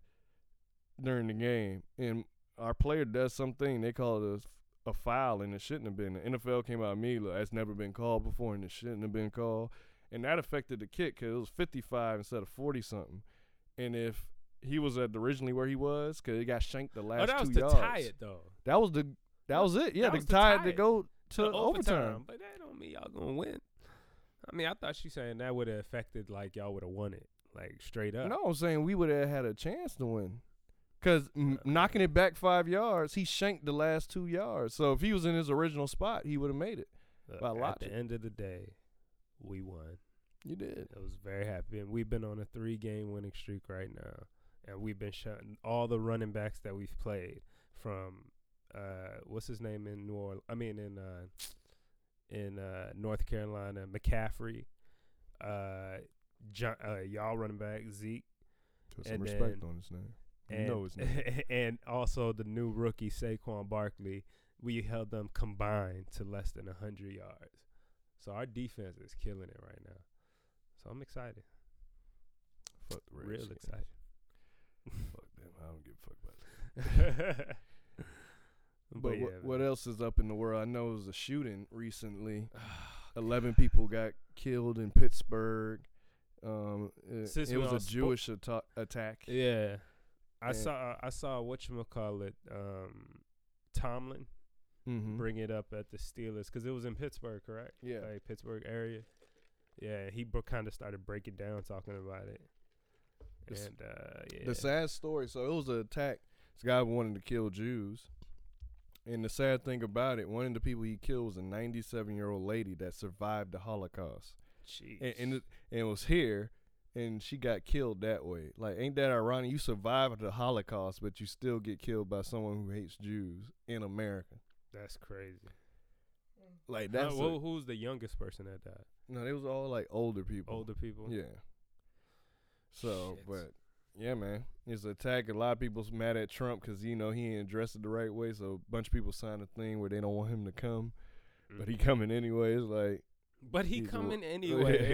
Speaker 5: during the game, and our player does something they call it a, a foul, and it shouldn't have been. The NFL came out immediately. That's never been called before, and it shouldn't have been called, and that affected the kick because it was 55 instead of 40 something, and if he was at originally where he was because it got shanked the last
Speaker 6: oh, that
Speaker 5: two
Speaker 6: was to
Speaker 5: yards.
Speaker 6: tie it though.
Speaker 5: That was the that was it. Yeah,
Speaker 6: That
Speaker 5: they
Speaker 6: was to
Speaker 5: tied
Speaker 6: tie
Speaker 5: to
Speaker 6: it.
Speaker 5: go to
Speaker 6: The
Speaker 5: overtime.
Speaker 6: but that don't mean y'all gonna win. I mean, I thought she saying that would have affected like y'all would have won it, like straight up.
Speaker 5: No, I'm saying we would have had a chance to win. Because knocking it back five yards, he shanked the last two yards. So if he was in his original spot, he would have made it.
Speaker 6: Look,
Speaker 5: by
Speaker 6: at
Speaker 5: logic.
Speaker 6: the end of the day, we won.
Speaker 5: You did.
Speaker 6: I was very happy, and we've been on a three-game winning streak right now, and we've been shutting all the running backs that we've played from uh, what's his name in New Orleans. I mean, in uh, in uh, North Carolina, McCaffrey, uh, John, uh, y'all running back Zeke,
Speaker 5: Put
Speaker 6: some And respect then-
Speaker 5: on his name.
Speaker 6: and
Speaker 5: no, it's not.
Speaker 6: and also the new rookie Saquon Barkley. We held them combined to less than hundred yards, so our defense is killing it right now. So I'm excited,
Speaker 5: Fuck the
Speaker 6: real
Speaker 5: Redskins.
Speaker 6: excited.
Speaker 5: Fuck them. I don't give a fuck about that.
Speaker 6: but
Speaker 5: But
Speaker 6: yeah,
Speaker 5: what, what else is up in the world? I know it was a shooting recently.
Speaker 6: Oh,
Speaker 5: 11 people got killed in Pittsburgh. Um, it,
Speaker 6: Since
Speaker 5: it
Speaker 6: we
Speaker 5: was
Speaker 6: all
Speaker 5: a
Speaker 6: spoke-
Speaker 5: Jewish atta- attack.
Speaker 6: yeah, I
Speaker 5: Yeah.
Speaker 6: saw I saw what you call it, um, Tomlin
Speaker 5: Mhm.
Speaker 6: bring it up at the Steelers because it was in Pittsburgh, correct?
Speaker 5: Yeah.
Speaker 6: like Pittsburgh area. Yeah, he kind of started breaking down talking about it,
Speaker 5: It's-
Speaker 6: and uh, yeah,
Speaker 5: The sad story. So it was an attack. This guy wanted to kill Jews. And the sad thing about it, one of the people he killed was a 97 year old lady that survived the Holocaust
Speaker 6: Jeez.
Speaker 5: and and, it, and was here, and she got killed that way. Like, ain't that ironic? You survived the Holocaust, but you still get killed by someone who hates Jews in America.
Speaker 6: that's crazy.
Speaker 5: Like
Speaker 6: Now,
Speaker 5: that's
Speaker 6: who-
Speaker 5: a-
Speaker 6: who's the youngest person that died?
Speaker 5: no, they was all like older people.
Speaker 6: Older people.
Speaker 5: Yeah. So,
Speaker 6: Shit.
Speaker 5: but yeah, man, it's an attack. A lot of people's mad at Trump because you know he ain't dressed it the right way. So a bunch of people signed a thing where they don't want him to come,
Speaker 6: Mm.
Speaker 5: but
Speaker 6: Mm-hmm.
Speaker 5: he coming anyway. It's like
Speaker 6: But he
Speaker 5: He's a-
Speaker 6: coming anyway.
Speaker 5: he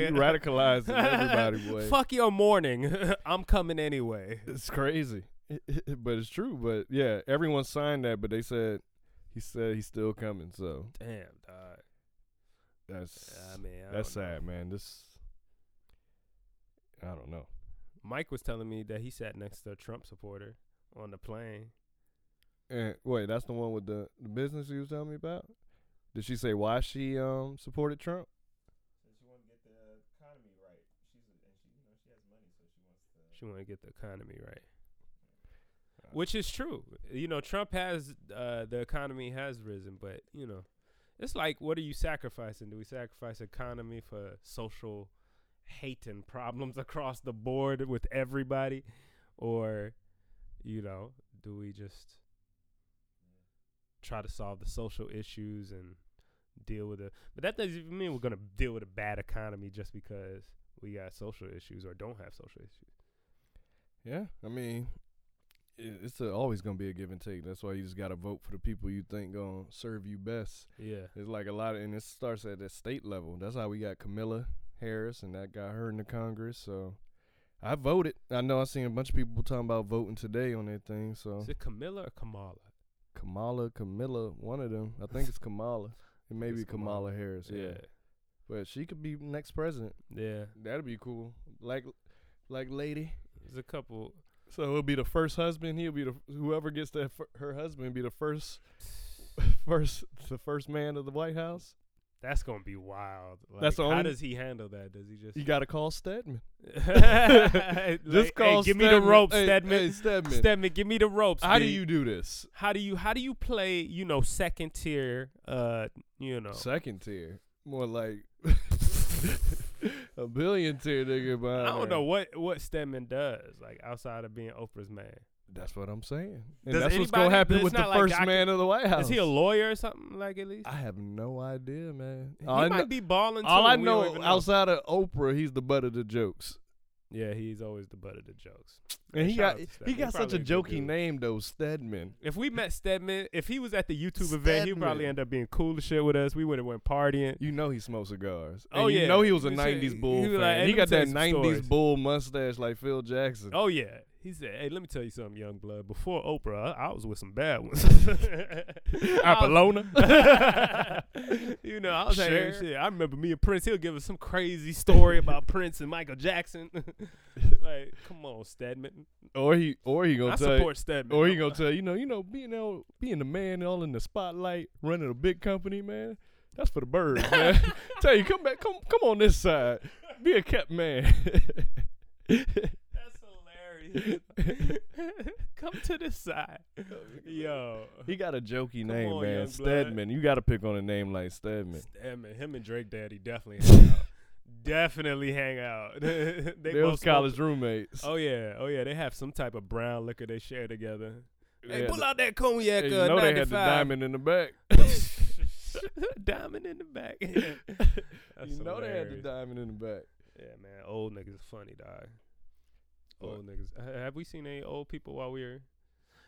Speaker 5: radicalizing everybody. Boy.
Speaker 6: Fuck your morning. I'm coming anyway.
Speaker 5: It's crazy, but it's true. But yeah, everyone signed that, but they said he said he's still coming. So
Speaker 6: Damn, dog.
Speaker 5: that's
Speaker 6: I mean, I
Speaker 5: that's
Speaker 6: don't know.
Speaker 5: sad, man. This I don't know.
Speaker 6: Mike was telling me that he sat next to a Trump supporter on the plane.
Speaker 5: And wait, that's the one with the, the business you was telling me about. Did she say why she um supported Trump?
Speaker 7: So she want to get the economy right. She's a, and she, you know, she has money, so she wants to.
Speaker 6: She want to get the economy right, which is true. You know, Trump has uh, the economy has risen, but you know, it's like what are you sacrificing? Do we sacrifice economy for social hate and problems across the board with everybody, or you know, do we just try to solve the social issues and deal with it? But that doesn't even mean we're gonna deal with a bad economy just because we got social issues or don't have social issues.
Speaker 5: Yeah, I mean, i- it's a, always gonna be a give and take. That's why you just gotta vote for the people you think gonna serve you best.
Speaker 6: Yeah.
Speaker 5: It's like a lot of, and it starts at the state level. That's how we got Camilla Harris, and that got her in the Congress. So I voted. I know I seen a bunch of people talking about voting today on their thing. So
Speaker 6: Is it Camilla or Kamala?
Speaker 5: Kamala, Camilla, one of them. I think it's Kamala. It may
Speaker 6: It's
Speaker 5: be Kamala,
Speaker 6: Kamala.
Speaker 5: Harris. Yeah. but she could be next president.
Speaker 6: Yeah.
Speaker 5: That'd be cool. Like, like lady.
Speaker 6: There's a couple.
Speaker 5: So it'll be the first husband. He'll be the whoever gets that fir- her husband be the first, first the first man of the White House.
Speaker 6: That's gonna be wild. Like,
Speaker 5: That's the
Speaker 6: How
Speaker 5: only-
Speaker 6: does he handle that? Does he just?
Speaker 5: You gotta call Stedman.
Speaker 6: Like,
Speaker 5: Just call
Speaker 6: hey, give me the
Speaker 5: Stedman.
Speaker 6: ropes,
Speaker 5: Hey,
Speaker 6: Stedman.
Speaker 5: hey, Stedman.
Speaker 6: Stedman, give me the ropes.
Speaker 5: How do
Speaker 6: B.
Speaker 5: you do this?
Speaker 6: How do you? How do you play? You know, second tier. Uh, you know.
Speaker 5: Second tier, more like a billion tier nigga.
Speaker 6: I
Speaker 5: behind
Speaker 6: don't
Speaker 5: there.
Speaker 6: know what what Stedman does. Like outside of being Oprah's man,
Speaker 5: That's what I'm saying. And
Speaker 6: Does
Speaker 5: that's what's gonna
Speaker 6: anybody-
Speaker 5: happen
Speaker 6: it's
Speaker 5: with the
Speaker 6: not like
Speaker 5: first
Speaker 6: I can-
Speaker 5: man of the White House.
Speaker 6: is he a lawyer or something? Like at least
Speaker 5: I have no idea, man.
Speaker 6: he
Speaker 5: All I
Speaker 6: might
Speaker 5: know,
Speaker 6: be balling.
Speaker 5: all
Speaker 6: too,
Speaker 5: I
Speaker 6: we don't
Speaker 5: know
Speaker 6: even
Speaker 5: outside of Oprah, he's the butt of the jokes.
Speaker 6: Yeah, he's always the butt of the jokes.
Speaker 5: And he
Speaker 6: shout out
Speaker 5: got
Speaker 6: to
Speaker 5: he
Speaker 6: Stedman.
Speaker 5: got such a
Speaker 6: probably good
Speaker 5: jokey
Speaker 6: dude.
Speaker 5: name though, Stedman.
Speaker 6: If we met Stedman, if he was at the YouTube event, he'd probably
Speaker 5: Stedman.
Speaker 6: end up being cool as shit with us. We would have went partying.
Speaker 5: You know he smoked cigars.
Speaker 6: Oh,
Speaker 5: And
Speaker 6: yeah.
Speaker 5: you know he was a
Speaker 6: He said-
Speaker 5: '90s bull
Speaker 6: he was
Speaker 5: fan.
Speaker 6: like, "Hey,
Speaker 5: he
Speaker 6: let me
Speaker 5: got
Speaker 6: tell you
Speaker 5: that
Speaker 6: some
Speaker 5: '90s
Speaker 6: stories."
Speaker 5: bull mustache like Phil Jackson.
Speaker 6: Oh yeah, he said, "Hey, let me tell you something, young blood. Before Oprah, I, I was with some bad ones. Apollona, you know, I was having
Speaker 5: Cher.
Speaker 6: shit. I remember me and Prince. He'll give us some crazy story about Prince and Michael Jackson. like, come on, Stedman.
Speaker 5: Or he or he gonna
Speaker 6: Oh. I
Speaker 5: tell
Speaker 6: support Stedman.
Speaker 5: Or he gonna tell you know, you know, being out, being the man, all in the spotlight, running a big company, man. That's for the birds, man. tell you, come back, come, come on this side. Be a kept man.
Speaker 6: That's hilarious. Oh, Come to this side, yo.
Speaker 5: he got a jokey
Speaker 6: Come
Speaker 5: name,
Speaker 6: on, young
Speaker 5: man.
Speaker 6: blood.
Speaker 5: Stedman. You got to pick on a name like Stedman.
Speaker 6: Stedman, him and Drake Daddy definitely hang out. Definitely hang out. they
Speaker 5: They was
Speaker 6: both smoke
Speaker 5: college roommates.
Speaker 6: Oh yeah, oh yeah. They have some type of brown liquor they share together. Hey,
Speaker 5: Yeah,
Speaker 6: pull
Speaker 5: the-
Speaker 6: out that cognac.
Speaker 5: Hey, you
Speaker 6: uh,
Speaker 5: know they had
Speaker 6: 95.
Speaker 5: the diamond in the back.
Speaker 6: diamond in the back. That's
Speaker 5: you know they had the
Speaker 6: hilarious.
Speaker 5: diamond in the back.
Speaker 6: Yeah, man. Old niggas funny, dog. Old niggas. Ha- Have we seen any old people while we were?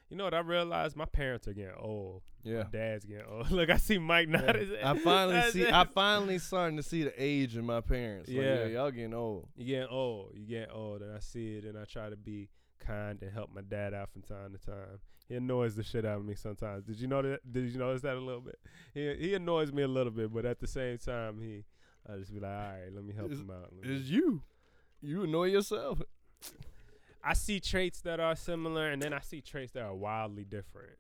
Speaker 6: You know what I realized? My parents are getting old.
Speaker 5: Yeah.
Speaker 6: Dad's getting old. Look, I see Mike nod his head.
Speaker 5: I finally
Speaker 6: That's
Speaker 5: see.
Speaker 6: it.
Speaker 5: I finally starting to see the age in my parents. Like,
Speaker 6: Yeah.
Speaker 5: yeah, y'all getting old.
Speaker 6: you getting old. You getting old, and I see it, and I try to be kind and help my dad out from time to time. He annoys the shit out of me sometimes. Did you know that? Did you notice that a little bit? He he annoys me a little bit, but at the same time, he I just be like, all right, let me help
Speaker 5: Is-
Speaker 6: him out. Let me-
Speaker 5: It's you. You annoy yourself.
Speaker 6: I see traits that are similar, and then I see traits that are wildly different.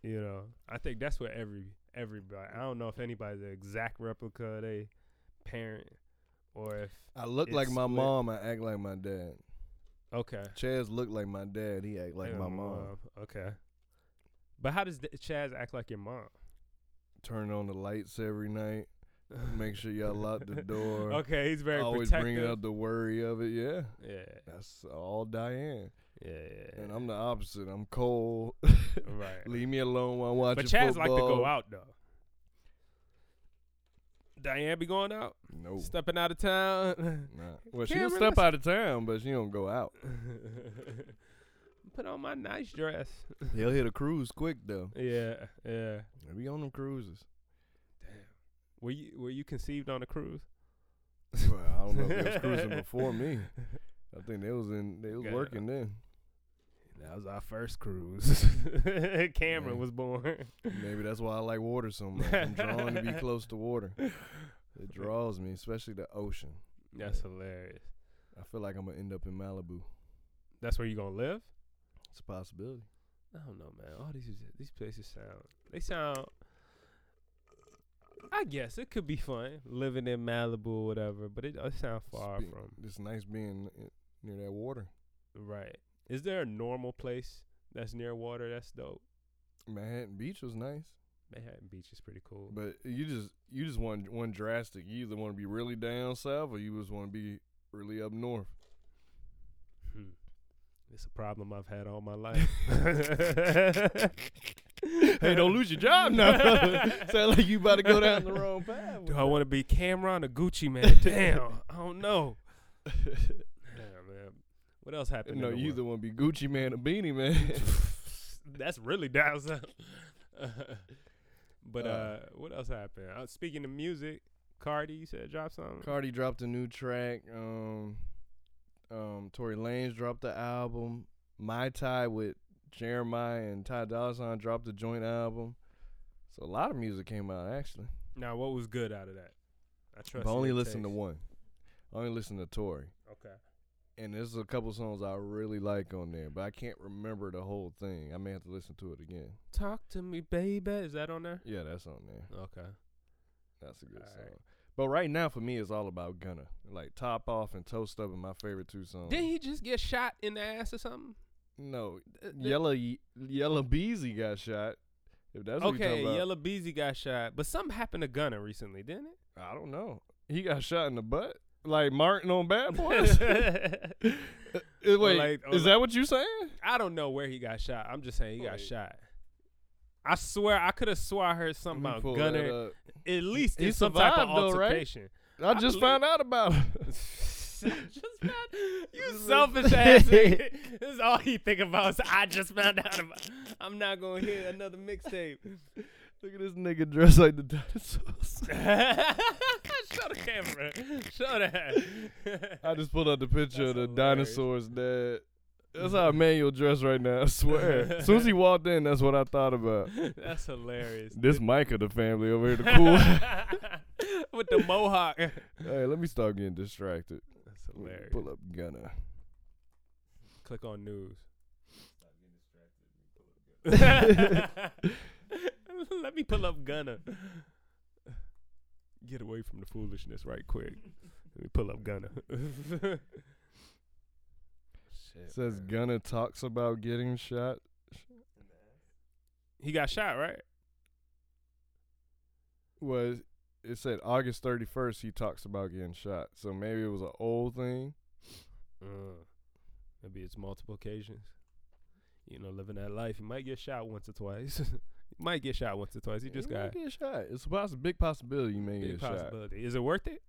Speaker 6: You know, I think that's what every everybody. I don't know if anybody's an exact replica of their parent, or if
Speaker 5: I look like
Speaker 6: It's
Speaker 5: my
Speaker 6: split.
Speaker 5: mom. I act like my dad.
Speaker 6: okay.
Speaker 5: Chaz look like my dad. He act like
Speaker 6: Yeah,
Speaker 5: my mom.
Speaker 6: Okay. But how does th- Chaz act like your mom?
Speaker 5: Turn on the lights every night. Make sure y'all lock the door.
Speaker 6: Okay, he's very
Speaker 5: Always
Speaker 6: protective.
Speaker 5: bringing up the worry of it. Yeah,
Speaker 6: yeah,
Speaker 5: that's all Diane.
Speaker 6: yeah, yeah.
Speaker 5: And I'm the opposite. I'm cold.
Speaker 6: right.
Speaker 5: Leave me alone while I'm watching
Speaker 6: But Chaz
Speaker 5: football.
Speaker 6: like to go out though. Diane be going out,
Speaker 5: No.
Speaker 6: stepping out of town.
Speaker 5: Nah. Well, she'll
Speaker 6: Cameron,
Speaker 5: step
Speaker 6: let's-
Speaker 5: out of town, but she don't go out.
Speaker 6: Put on my nice dress.
Speaker 5: He'll hit a cruise quick though.
Speaker 6: yeah, yeah.
Speaker 5: We on them cruises.
Speaker 6: Were you were you conceived on a cruise?
Speaker 5: Well, I don't know if they was cruising before me. I think they was in. They was
Speaker 6: Got it.
Speaker 5: working then.
Speaker 6: That was our first cruise. Cameron
Speaker 5: Yeah.
Speaker 6: was born.
Speaker 5: Maybe that's why I like water so much. I'm drawn to be close to water. It draws me, especially the ocean.
Speaker 6: That's hilarious.
Speaker 5: I feel like I'm gonna end up in Malibu.
Speaker 6: That's where you gonna live?
Speaker 5: It's a possibility.
Speaker 6: I don't know, man. All these these places sound they sound. I guess it could be fun living in Malibu or whatever, but it does sound far
Speaker 5: Spe-
Speaker 6: from
Speaker 5: It's nice being i- near that water.
Speaker 6: right. Is there a normal place that's near water that's dope?
Speaker 5: Manhattan Beach was nice,
Speaker 6: Manhattan Beach is pretty cool.
Speaker 5: but you just you just want one drastic. You either want to be really down south, or you just want to be really up north.
Speaker 6: Hmm. It's a problem I've had all my life.
Speaker 5: hey, don't lose your job now. Sound like you about to go down the wrong path.
Speaker 6: Do I want to be Cameron or Gucci man? Damn, I don't know. Damn, man. What else happened? in
Speaker 5: No,
Speaker 6: the
Speaker 5: you
Speaker 6: world?
Speaker 5: either want to be Gucci man or Beanie man.
Speaker 6: That's really down south. but uh,
Speaker 5: Uh,
Speaker 6: what else happened? Uh, speaking of music, Cardi, you said drop something.
Speaker 5: Cardi dropped a new track. Um, um, Tory Lanez dropped the album. My Ty with Jeremiah and Ty Dolla Sign dropped a joint album. So a lot of music came out actually.
Speaker 6: now, what was good out of that? I trust.
Speaker 5: But I only
Speaker 6: your
Speaker 5: listened to
Speaker 6: taste.
Speaker 5: one. I only listened to Tory.
Speaker 6: Okay.
Speaker 5: And there's a couple songs I really like on there, but I can't remember the whole thing. I may have to listen to it again.
Speaker 6: Talk to me, baby. Is that on there?
Speaker 5: Yeah, that's on there.
Speaker 6: Okay.
Speaker 5: That's a good
Speaker 6: All
Speaker 5: song.
Speaker 6: right.
Speaker 5: But right now for me, it's all about Gunna. Like Top Off and Toast Up are my favorite two songs.
Speaker 6: Didn't he just get shot in the ass or something?
Speaker 5: No,
Speaker 6: th-
Speaker 5: Yellow Yellow Beezy got shot. If that's what you're
Speaker 6: okay,
Speaker 5: talking about,
Speaker 6: Yellow Beezy got shot, but something happened to Gunner recently, didn't it?
Speaker 5: I don't know. He got shot in the butt, like Martin on Bad Boys. Uh, Wait,
Speaker 6: like- or like-
Speaker 5: is that what you saying?
Speaker 6: I don't know where he got shot. I'm just saying he got
Speaker 5: Wait.
Speaker 6: shot. I swear I could have swore I heard something
Speaker 5: Let me
Speaker 6: about
Speaker 5: pull that
Speaker 6: Gunner.
Speaker 5: up.
Speaker 6: At least
Speaker 5: He
Speaker 6: in some type of
Speaker 5: survived though, right?
Speaker 6: altercation.
Speaker 5: I, just
Speaker 6: believe-
Speaker 5: found out about it.
Speaker 6: just found, you selfish ass nigga. This is all he think about is I just found out about. I'm not gonna hear another mixtape.
Speaker 5: Look at this nigga dressed like the dinosaurs.
Speaker 6: Show the camera. Show that.
Speaker 5: I just pulled out the picture of the
Speaker 6: That's hilarious.
Speaker 5: dinosaur's dad. That's how Emmanuel dressed right now. I swear. as soon as he walked in, that's what I thought about.
Speaker 6: That's hilarious.
Speaker 5: This Mike of the family over here, the cool.
Speaker 6: With the mohawk.
Speaker 5: hey, let me stop getting distracted.
Speaker 6: That's
Speaker 5: Let me
Speaker 6: hilarious.
Speaker 5: Pull up Gunna.
Speaker 6: Click on news. Let me pull up Gunna. Get away from the foolishness right quick. Let me pull up Gunna.
Speaker 5: Says Gunna talks about getting shot.
Speaker 6: he got shot, right?
Speaker 5: Was it said August thirty first? He talks about getting shot. So maybe it was an old thing.
Speaker 6: Uh, maybe it's multiple occasions. You know, living that life, you might get shot once or twice. you might get shot once or twice. You just
Speaker 5: You may
Speaker 6: got
Speaker 5: get shot. It's a possi- big possibility you may
Speaker 6: big
Speaker 5: get shot.
Speaker 6: possibility. Is it worth it?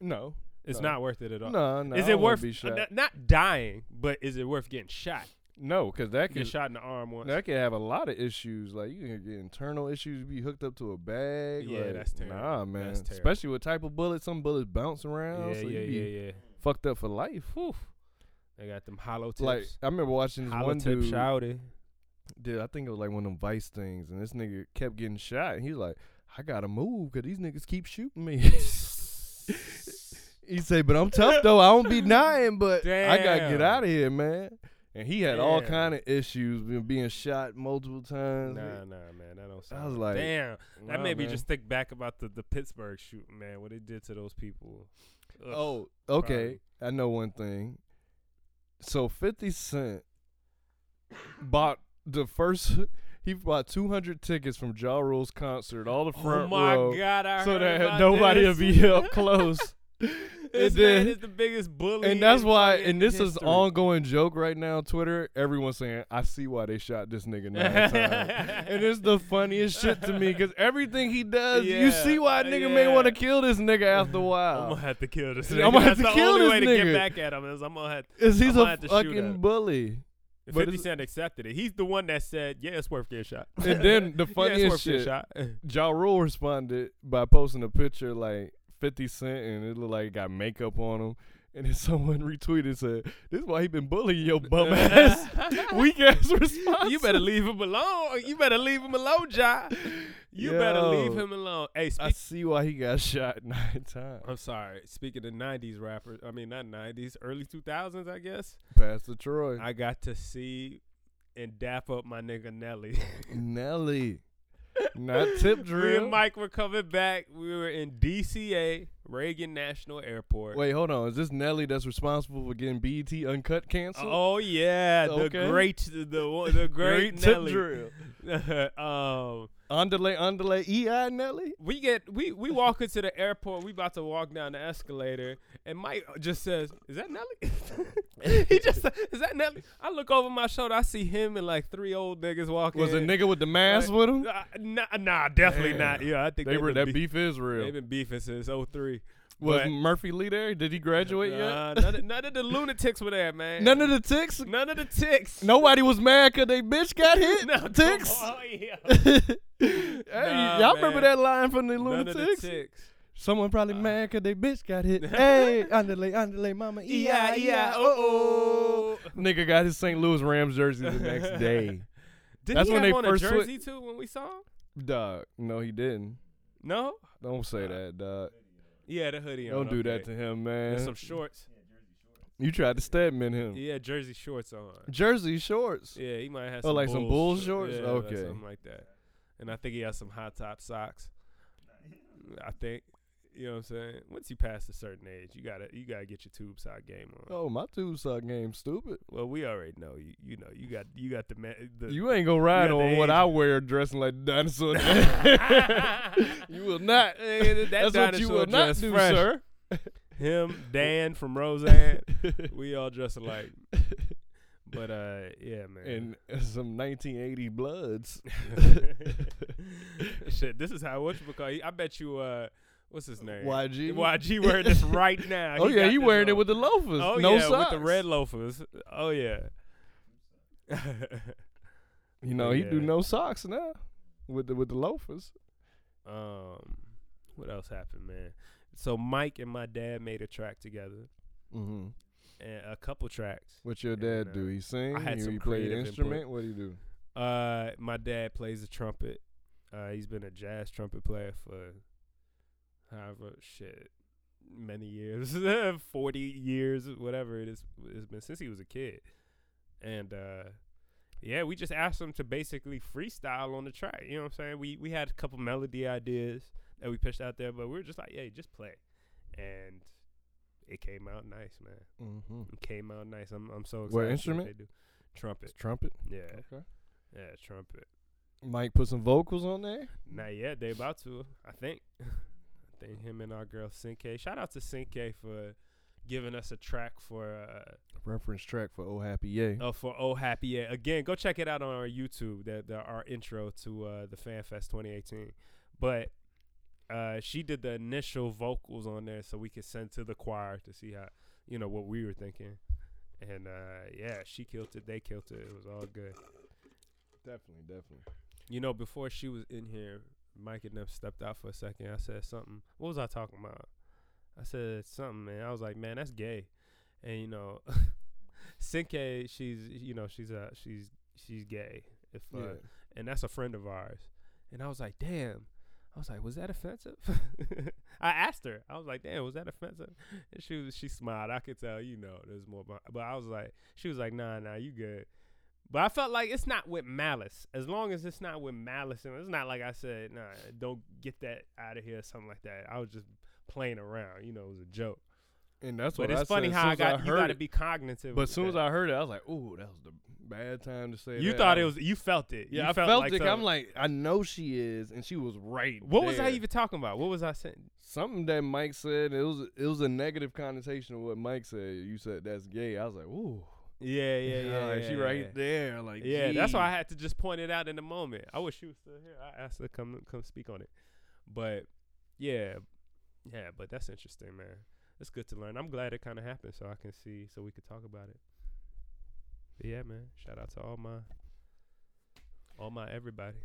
Speaker 5: No,
Speaker 6: It's
Speaker 5: No.
Speaker 6: not worth it at all.
Speaker 5: no, no.
Speaker 6: is
Speaker 5: I
Speaker 6: it
Speaker 5: don't wanna
Speaker 6: worth
Speaker 5: be
Speaker 6: uh,
Speaker 5: shot?
Speaker 6: n- not dying, but is it worth getting shot?
Speaker 5: no, because that
Speaker 6: Get
Speaker 5: could
Speaker 6: shot in the arm once.
Speaker 5: that could have a lot of issues. Like you can get internal issues. You be hooked up to a bag.
Speaker 6: Yeah,
Speaker 5: like,
Speaker 6: that's terrible.
Speaker 5: Nah, man.
Speaker 6: That's terrible.
Speaker 5: Especially with type of bullets. Some bullets bounce around.
Speaker 6: yeah,
Speaker 5: so
Speaker 6: yeah,
Speaker 5: you be
Speaker 6: yeah, yeah.
Speaker 5: Fucked up for life.
Speaker 6: Whew. They got them hollow tips.
Speaker 5: Like I remember watching this
Speaker 6: hollow
Speaker 5: one
Speaker 6: tip
Speaker 5: dude.
Speaker 6: shouted.
Speaker 5: Dude, I think it was like one of them Vice things, and this nigga kept getting shot. And he's like, I gotta move because these niggas keep shooting me. he say, but I'm tough though. I don't be dying, but I gotta get
Speaker 6: Damn.
Speaker 5: out of here, man. And he had all
Speaker 6: Damn.
Speaker 5: kind of issues, been being shot multiple times.
Speaker 6: Nah, nah, man. That don't sound
Speaker 5: was like,
Speaker 6: Damn. That
Speaker 5: nah,
Speaker 6: made me
Speaker 5: man.
Speaker 6: just think back about the, the Pittsburgh shooting, man, what it did to those people. Ugh.
Speaker 5: Oh, okay. I know one thing. So Fifty Cent bought the first. He bought two hundred tickets from Ja Rule's concert, all the front
Speaker 6: oh my
Speaker 5: row.
Speaker 6: god, I
Speaker 5: so
Speaker 6: heard
Speaker 5: that
Speaker 6: about
Speaker 5: nobody
Speaker 6: this.
Speaker 5: will be up close.
Speaker 6: this
Speaker 5: and
Speaker 6: man
Speaker 5: then-
Speaker 6: is the biggest bully.
Speaker 5: and that's
Speaker 6: in
Speaker 5: why,
Speaker 6: fucking
Speaker 5: and this is
Speaker 6: history.
Speaker 5: ongoing joke right now. on Twitter, everyone's saying, "I see why they shot this nigga nine times," and it's the funniest shit to me because everything he does, you
Speaker 6: Yeah,
Speaker 5: see why a nigga may
Speaker 6: yeah.
Speaker 5: want to kill this nigga after a
Speaker 6: I'm
Speaker 5: while.
Speaker 6: gonna have to kill this.
Speaker 5: I'm
Speaker 6: Nigga.
Speaker 5: gonna have
Speaker 6: That's
Speaker 5: to
Speaker 6: the
Speaker 5: kill
Speaker 6: only way
Speaker 5: this
Speaker 6: to get
Speaker 5: nigga.
Speaker 6: back at him is I'm gonna have.
Speaker 5: Is
Speaker 6: I'm
Speaker 5: he's
Speaker 6: gonna
Speaker 5: a
Speaker 6: have to shoot at
Speaker 5: fucking
Speaker 6: him.
Speaker 5: bully? But
Speaker 6: Fifty
Speaker 5: it's-
Speaker 6: Cent accepted it. He's the one that said, "Yeah, it's worth getting shot."
Speaker 5: And then the
Speaker 6: Yeah, it's
Speaker 5: funniest
Speaker 6: worth getting
Speaker 5: shit-
Speaker 6: shot.
Speaker 5: Ja Rule responded by posting a picture like 50 Cent and it looked like it got makeup on him. And then someone retweeted said, This is why he been bullying your bum ass weak ass response.
Speaker 6: you better leave him alone. You better leave him alone, Ja. You better leave
Speaker 5: Yo.
Speaker 6: him alone. Hey,
Speaker 5: I
Speaker 6: speak-
Speaker 5: see why he got shot nine times.
Speaker 6: I'm sorry. Speaking of '90s rappers, I mean not '90s, early 2000s, I guess.
Speaker 5: Pastor Troy.
Speaker 6: I got to see and dap up my nigga Nelly.
Speaker 5: Nelly. Not tip
Speaker 6: Me and
Speaker 5: drill.
Speaker 6: Mike were coming back. We were in DCA, Reagan National Airport.
Speaker 5: Wait, hold on. Is this Nelly that's responsible for getting BET Uncut canceled?
Speaker 6: Oh yeah, the
Speaker 5: Okay.
Speaker 6: great, the the, Oh, the great,
Speaker 5: tip
Speaker 6: Nelly.
Speaker 5: drill.
Speaker 6: um,
Speaker 5: Underlay, underlay, EI Nelly?
Speaker 6: we get we we walk into the airport. We about to walk down the escalator, and Mike just says, "Is that Nelly?" he just said, "Is that Nelly?" I look over my shoulder. I see him and like three old niggas walking.
Speaker 5: Was a nigga with the mask
Speaker 6: Like,
Speaker 5: with him?
Speaker 6: Uh, nah, nah, definitely
Speaker 5: Damn.
Speaker 6: not. Yeah, I think
Speaker 5: They
Speaker 6: they've
Speaker 5: were
Speaker 6: been
Speaker 5: that beef is real.
Speaker 6: They've been beefing since 03.
Speaker 5: Was
Speaker 6: But-
Speaker 5: Murphy Lee there? Did he graduate
Speaker 6: Nah,
Speaker 5: yet?
Speaker 6: none, of, none of the lunatics were there, man.
Speaker 5: None of the ticks.
Speaker 6: none of the ticks.
Speaker 5: Nobody was mad because they bitch got hit.
Speaker 6: No,
Speaker 5: ticks.
Speaker 6: Oh, yeah.
Speaker 5: hey,
Speaker 6: Nah,
Speaker 5: y'all remember
Speaker 6: man.
Speaker 5: that line from the
Speaker 6: None of
Speaker 5: Lunatics?
Speaker 6: the ticks.
Speaker 5: Someone probably mad 'cause they bitch got hit. hey, underlay, underlay, mama,
Speaker 6: E
Speaker 5: E yeah, yeah, oh, oh. Nigga got his St. Louis Rams jersey the next day.
Speaker 6: Did
Speaker 5: That's
Speaker 6: he
Speaker 5: when
Speaker 6: have
Speaker 5: they
Speaker 6: on
Speaker 5: first
Speaker 6: a
Speaker 5: swi-
Speaker 6: jersey too when we saw him?
Speaker 5: Dog, no, he didn't.
Speaker 6: No.
Speaker 5: Don't say that, dog.
Speaker 6: Yeah, the hoodie on.
Speaker 5: Don't do that
Speaker 6: okay.
Speaker 5: to him,
Speaker 6: And
Speaker 5: man.
Speaker 6: some shorts.
Speaker 5: You tried to Stedman him.
Speaker 6: Yeah, jersey shorts on.
Speaker 5: Jersey shorts.
Speaker 6: Yeah, he might have.
Speaker 5: Oh,
Speaker 6: some
Speaker 5: like some
Speaker 6: Bulls
Speaker 5: Bulls shorts?
Speaker 6: Yeah,
Speaker 5: Okay.
Speaker 6: something like that. And I think he has some high top socks. I think. You know what I'm saying? Once you pass a certain age, you gotta you gotta get your tube sock game on.
Speaker 5: Oh, my two sock game stupid.
Speaker 6: Well, we already know you. You know you got you got the man. The,
Speaker 5: You ain't gonna ride
Speaker 6: got the
Speaker 5: on what
Speaker 6: age.
Speaker 5: I wear dressing like a dinosaur. you will not.
Speaker 6: Eh, that
Speaker 5: That's what you
Speaker 6: dinosaur
Speaker 5: will not
Speaker 6: dress
Speaker 5: do,
Speaker 6: fresh.
Speaker 5: sir.
Speaker 6: him, Dan from Roseanne. we all dress alike. But uh, yeah, man.
Speaker 5: And some 1980 bloods.
Speaker 6: Shit, this is how what you call. I bet you. Uh, what's his name?
Speaker 5: YG?
Speaker 6: YG wearing this right now.
Speaker 5: oh yeah,
Speaker 6: got
Speaker 5: you
Speaker 6: this
Speaker 5: wearing it
Speaker 6: on.
Speaker 5: with the loafers.
Speaker 6: Oh
Speaker 5: no
Speaker 6: yeah,
Speaker 5: socks.
Speaker 6: with the red loafers. Oh yeah.
Speaker 5: You know, he do
Speaker 6: Yeah.
Speaker 5: no socks now with the with the loafers.
Speaker 6: um, what else happened, man? So Mike and my dad made a track together,
Speaker 5: Mm-hmm.
Speaker 6: and a couple tracks.
Speaker 5: What your
Speaker 6: And,
Speaker 5: dad
Speaker 6: uh,
Speaker 5: do? He sing.
Speaker 6: I had
Speaker 5: he,
Speaker 6: some
Speaker 5: he play an
Speaker 6: creative input.
Speaker 5: instrument. What do he do?
Speaker 6: Uh, my dad plays the trumpet. Uh, he's been a jazz trumpet player for however shit many years, forty years, whatever it is. It's been since he was a kid, and uh, yeah, we just asked him to basically freestyle on the track. You know what I'm saying? We we had a couple melody ideas that we pitched out there, but we were just like, yeah, just play, and it came out nice, man.
Speaker 5: Mm-hmm.
Speaker 6: It came out nice. I'm I'm so excited.
Speaker 5: What
Speaker 6: for
Speaker 5: instrument?
Speaker 6: They do. Trumpet.
Speaker 5: Trumpet.
Speaker 6: Yeah,
Speaker 5: Okay.
Speaker 6: yeah, trumpet.
Speaker 5: Mike put some vocals on there.
Speaker 6: Not yet. They about to. I think. I think him and our girl Sinke. Shout out to Sinke for giving us a track for uh,
Speaker 5: Reference track for Oh Happy Yay.
Speaker 6: oh for Oh Happy Yeah. Again, go check it out on our YouTube. That that our intro to uh, the Fan Fest 2018. But uh, she did the initial vocals on there, so we could send to the choir to see how you know what we were thinking. And uh, yeah, she killed it. They killed it. It was all good.
Speaker 5: Definitely, definitely.
Speaker 6: You know, before she was in here, Mike and them stepped out for a second. I said something. What was I talking about? I said something, man. I was like, man, that's gay. And you know, Sinke, she's you know she's uh she's she's gay. If uh,
Speaker 5: Yeah.
Speaker 6: and that's a friend of ours. And I was like, damn. I was like, was that offensive? I asked her. I was like, damn, was that offensive? And she was, she smiled. I could tell, you know, there's more. Behind. But I was like, she was like, nah, nah, you good. But I felt like it's not with malice. As long as it's not with malice, and it's not like I said, nah, don't get that out of here, or something like that. I was just playing around, you know, it was a joke.
Speaker 5: And that's
Speaker 6: But
Speaker 5: what
Speaker 6: it's
Speaker 5: I
Speaker 6: funny
Speaker 5: said.
Speaker 6: how I
Speaker 5: As soon as
Speaker 6: got you
Speaker 5: heard
Speaker 6: got to
Speaker 5: it-
Speaker 6: be cognitive.
Speaker 5: But
Speaker 6: with
Speaker 5: as soon as
Speaker 6: that.
Speaker 5: I heard it, I was like, "Ooh, that was the bad time to say."
Speaker 6: you
Speaker 5: that.
Speaker 6: thought
Speaker 5: I-
Speaker 6: it was, you felt it.
Speaker 5: Yeah,
Speaker 6: You
Speaker 5: I felt
Speaker 6: like
Speaker 5: it.
Speaker 6: some-
Speaker 5: I'm like, I know she is, and she was right.
Speaker 6: what was I
Speaker 5: there.
Speaker 6: even talking about? What was I saying?
Speaker 5: Something that Mike said. It was it was a negative connotation of what Mike said. You said that's gay. I was like, "Ooh,
Speaker 6: Yeah, yeah,
Speaker 5: All
Speaker 6: yeah.
Speaker 5: right,
Speaker 6: yeah,
Speaker 5: Oh, she
Speaker 6: yeah,
Speaker 5: right
Speaker 6: yeah.
Speaker 5: there." Like,
Speaker 6: Yeah, that's why I
Speaker 5: gee.
Speaker 6: had to just point it out in the moment. I wish she was still here. I asked her to come come speak on it, but yeah, yeah. But that's interesting, man. It's good to learn. I'm glad it kind of happened, so I can see, so we could talk about it. But yeah, man. Shout out to all my, all my everybody.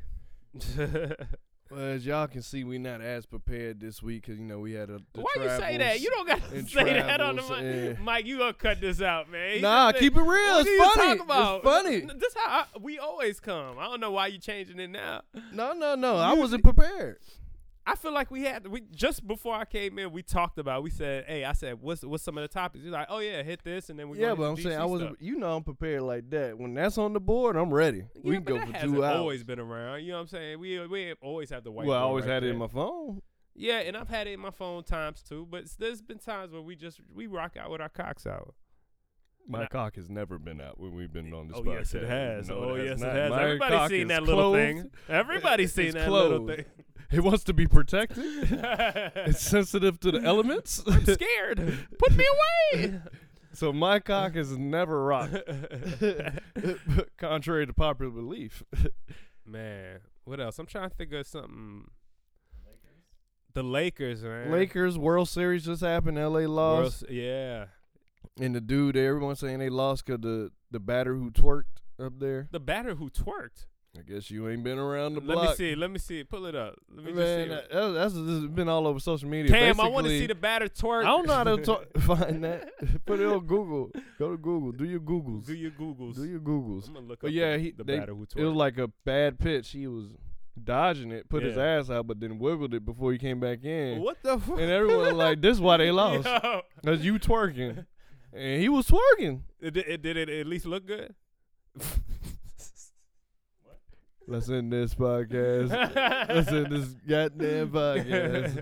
Speaker 5: Well, as y'all can see, we not as prepared this week because you know we had a. the
Speaker 6: why you say that?
Speaker 5: travels.
Speaker 6: You don't gotta
Speaker 5: and
Speaker 6: say that on the
Speaker 5: travels
Speaker 6: mic.
Speaker 5: and-
Speaker 6: Mike, you gonna cut this out, man. You
Speaker 5: Nah,
Speaker 6: just-
Speaker 5: keep it real.
Speaker 6: What
Speaker 5: it's
Speaker 6: are you
Speaker 5: funny.
Speaker 6: talking about?
Speaker 5: It's funny.
Speaker 6: N- This how I, we always come. I don't know why you changing it now.
Speaker 5: No, no, no. I wasn't prepared.
Speaker 6: I feel like we had we just before I came in, we talked about. We said, "Hey, I said, what's what's some of the topics?" You're like, "Oh yeah, hit this," and then we
Speaker 5: yeah,
Speaker 6: gonna
Speaker 5: but I'm
Speaker 6: hit the
Speaker 5: saying
Speaker 6: DC
Speaker 5: I wasn't.
Speaker 6: stuff."
Speaker 5: You know, I'm prepared like that. When that's on the board, I'm ready.
Speaker 6: Yeah,
Speaker 5: we can
Speaker 6: but
Speaker 5: go
Speaker 6: that
Speaker 5: for
Speaker 6: hasn't
Speaker 5: two hours.
Speaker 6: Always been around. You know what I'm saying? We we always have the white.
Speaker 5: well, I always had it in my phone.
Speaker 6: Yeah, and I've had it in my phone times too. But s- there's been times where we just we rock out with our cocks out.
Speaker 5: My
Speaker 6: I-
Speaker 5: cock has never been out when we've been on this
Speaker 6: Oh
Speaker 5: podcast.
Speaker 6: yes, it has.
Speaker 5: No,
Speaker 6: oh
Speaker 5: it
Speaker 6: yes,
Speaker 5: has
Speaker 6: it
Speaker 5: not.
Speaker 6: has.
Speaker 5: My
Speaker 6: Everybody's
Speaker 5: cock
Speaker 6: seen
Speaker 5: is
Speaker 6: that little
Speaker 5: clothed.
Speaker 6: thing. Everybody's seen
Speaker 5: It's
Speaker 6: that little
Speaker 5: clothed.
Speaker 6: thing.
Speaker 5: It wants to be protected. it's sensitive to the elements.
Speaker 6: I'm scared. Put me away.
Speaker 5: so my cock is never rocked, contrary to popular belief.
Speaker 6: Man, what else? I'm trying to think of something. The Lakers, man.
Speaker 5: Lakers World Series just happened. L.A.
Speaker 6: World
Speaker 5: lost,
Speaker 6: S- yeah.
Speaker 5: and the dude, everyone saying they lost because the the batter who twerked up there.
Speaker 6: The batter who twerked.
Speaker 5: I guess you ain't been around the
Speaker 6: Let
Speaker 5: block.
Speaker 6: me see. Let me see. Pull it up. Let me
Speaker 5: Man,
Speaker 6: just see.
Speaker 5: that- that's, that's been all over social media.
Speaker 6: Cam, I want to
Speaker 5: Basically,
Speaker 6: see the batter twerk.
Speaker 5: I don't know how to talk, find that. Put it on Google. Go to Google. Do your Googles.
Speaker 6: Do your Googles.
Speaker 5: Do your Googles.
Speaker 6: I'm gonna look
Speaker 5: But
Speaker 6: up
Speaker 5: yeah,
Speaker 6: the,
Speaker 5: he-
Speaker 6: the
Speaker 5: they-
Speaker 6: batter who
Speaker 5: It was
Speaker 6: twerked.
Speaker 5: like a bad pitch. He was dodging it, put his
Speaker 6: Yeah.
Speaker 5: ass out, but then wiggled it before he came back in.
Speaker 6: what the fuck?
Speaker 5: And everyone was like, this is why they lost.
Speaker 6: Yo.
Speaker 5: Because you twerking. And he was twerking.
Speaker 6: It, did- it, did it at least look good?
Speaker 5: Let's end this podcast. Let's end this goddamn podcast.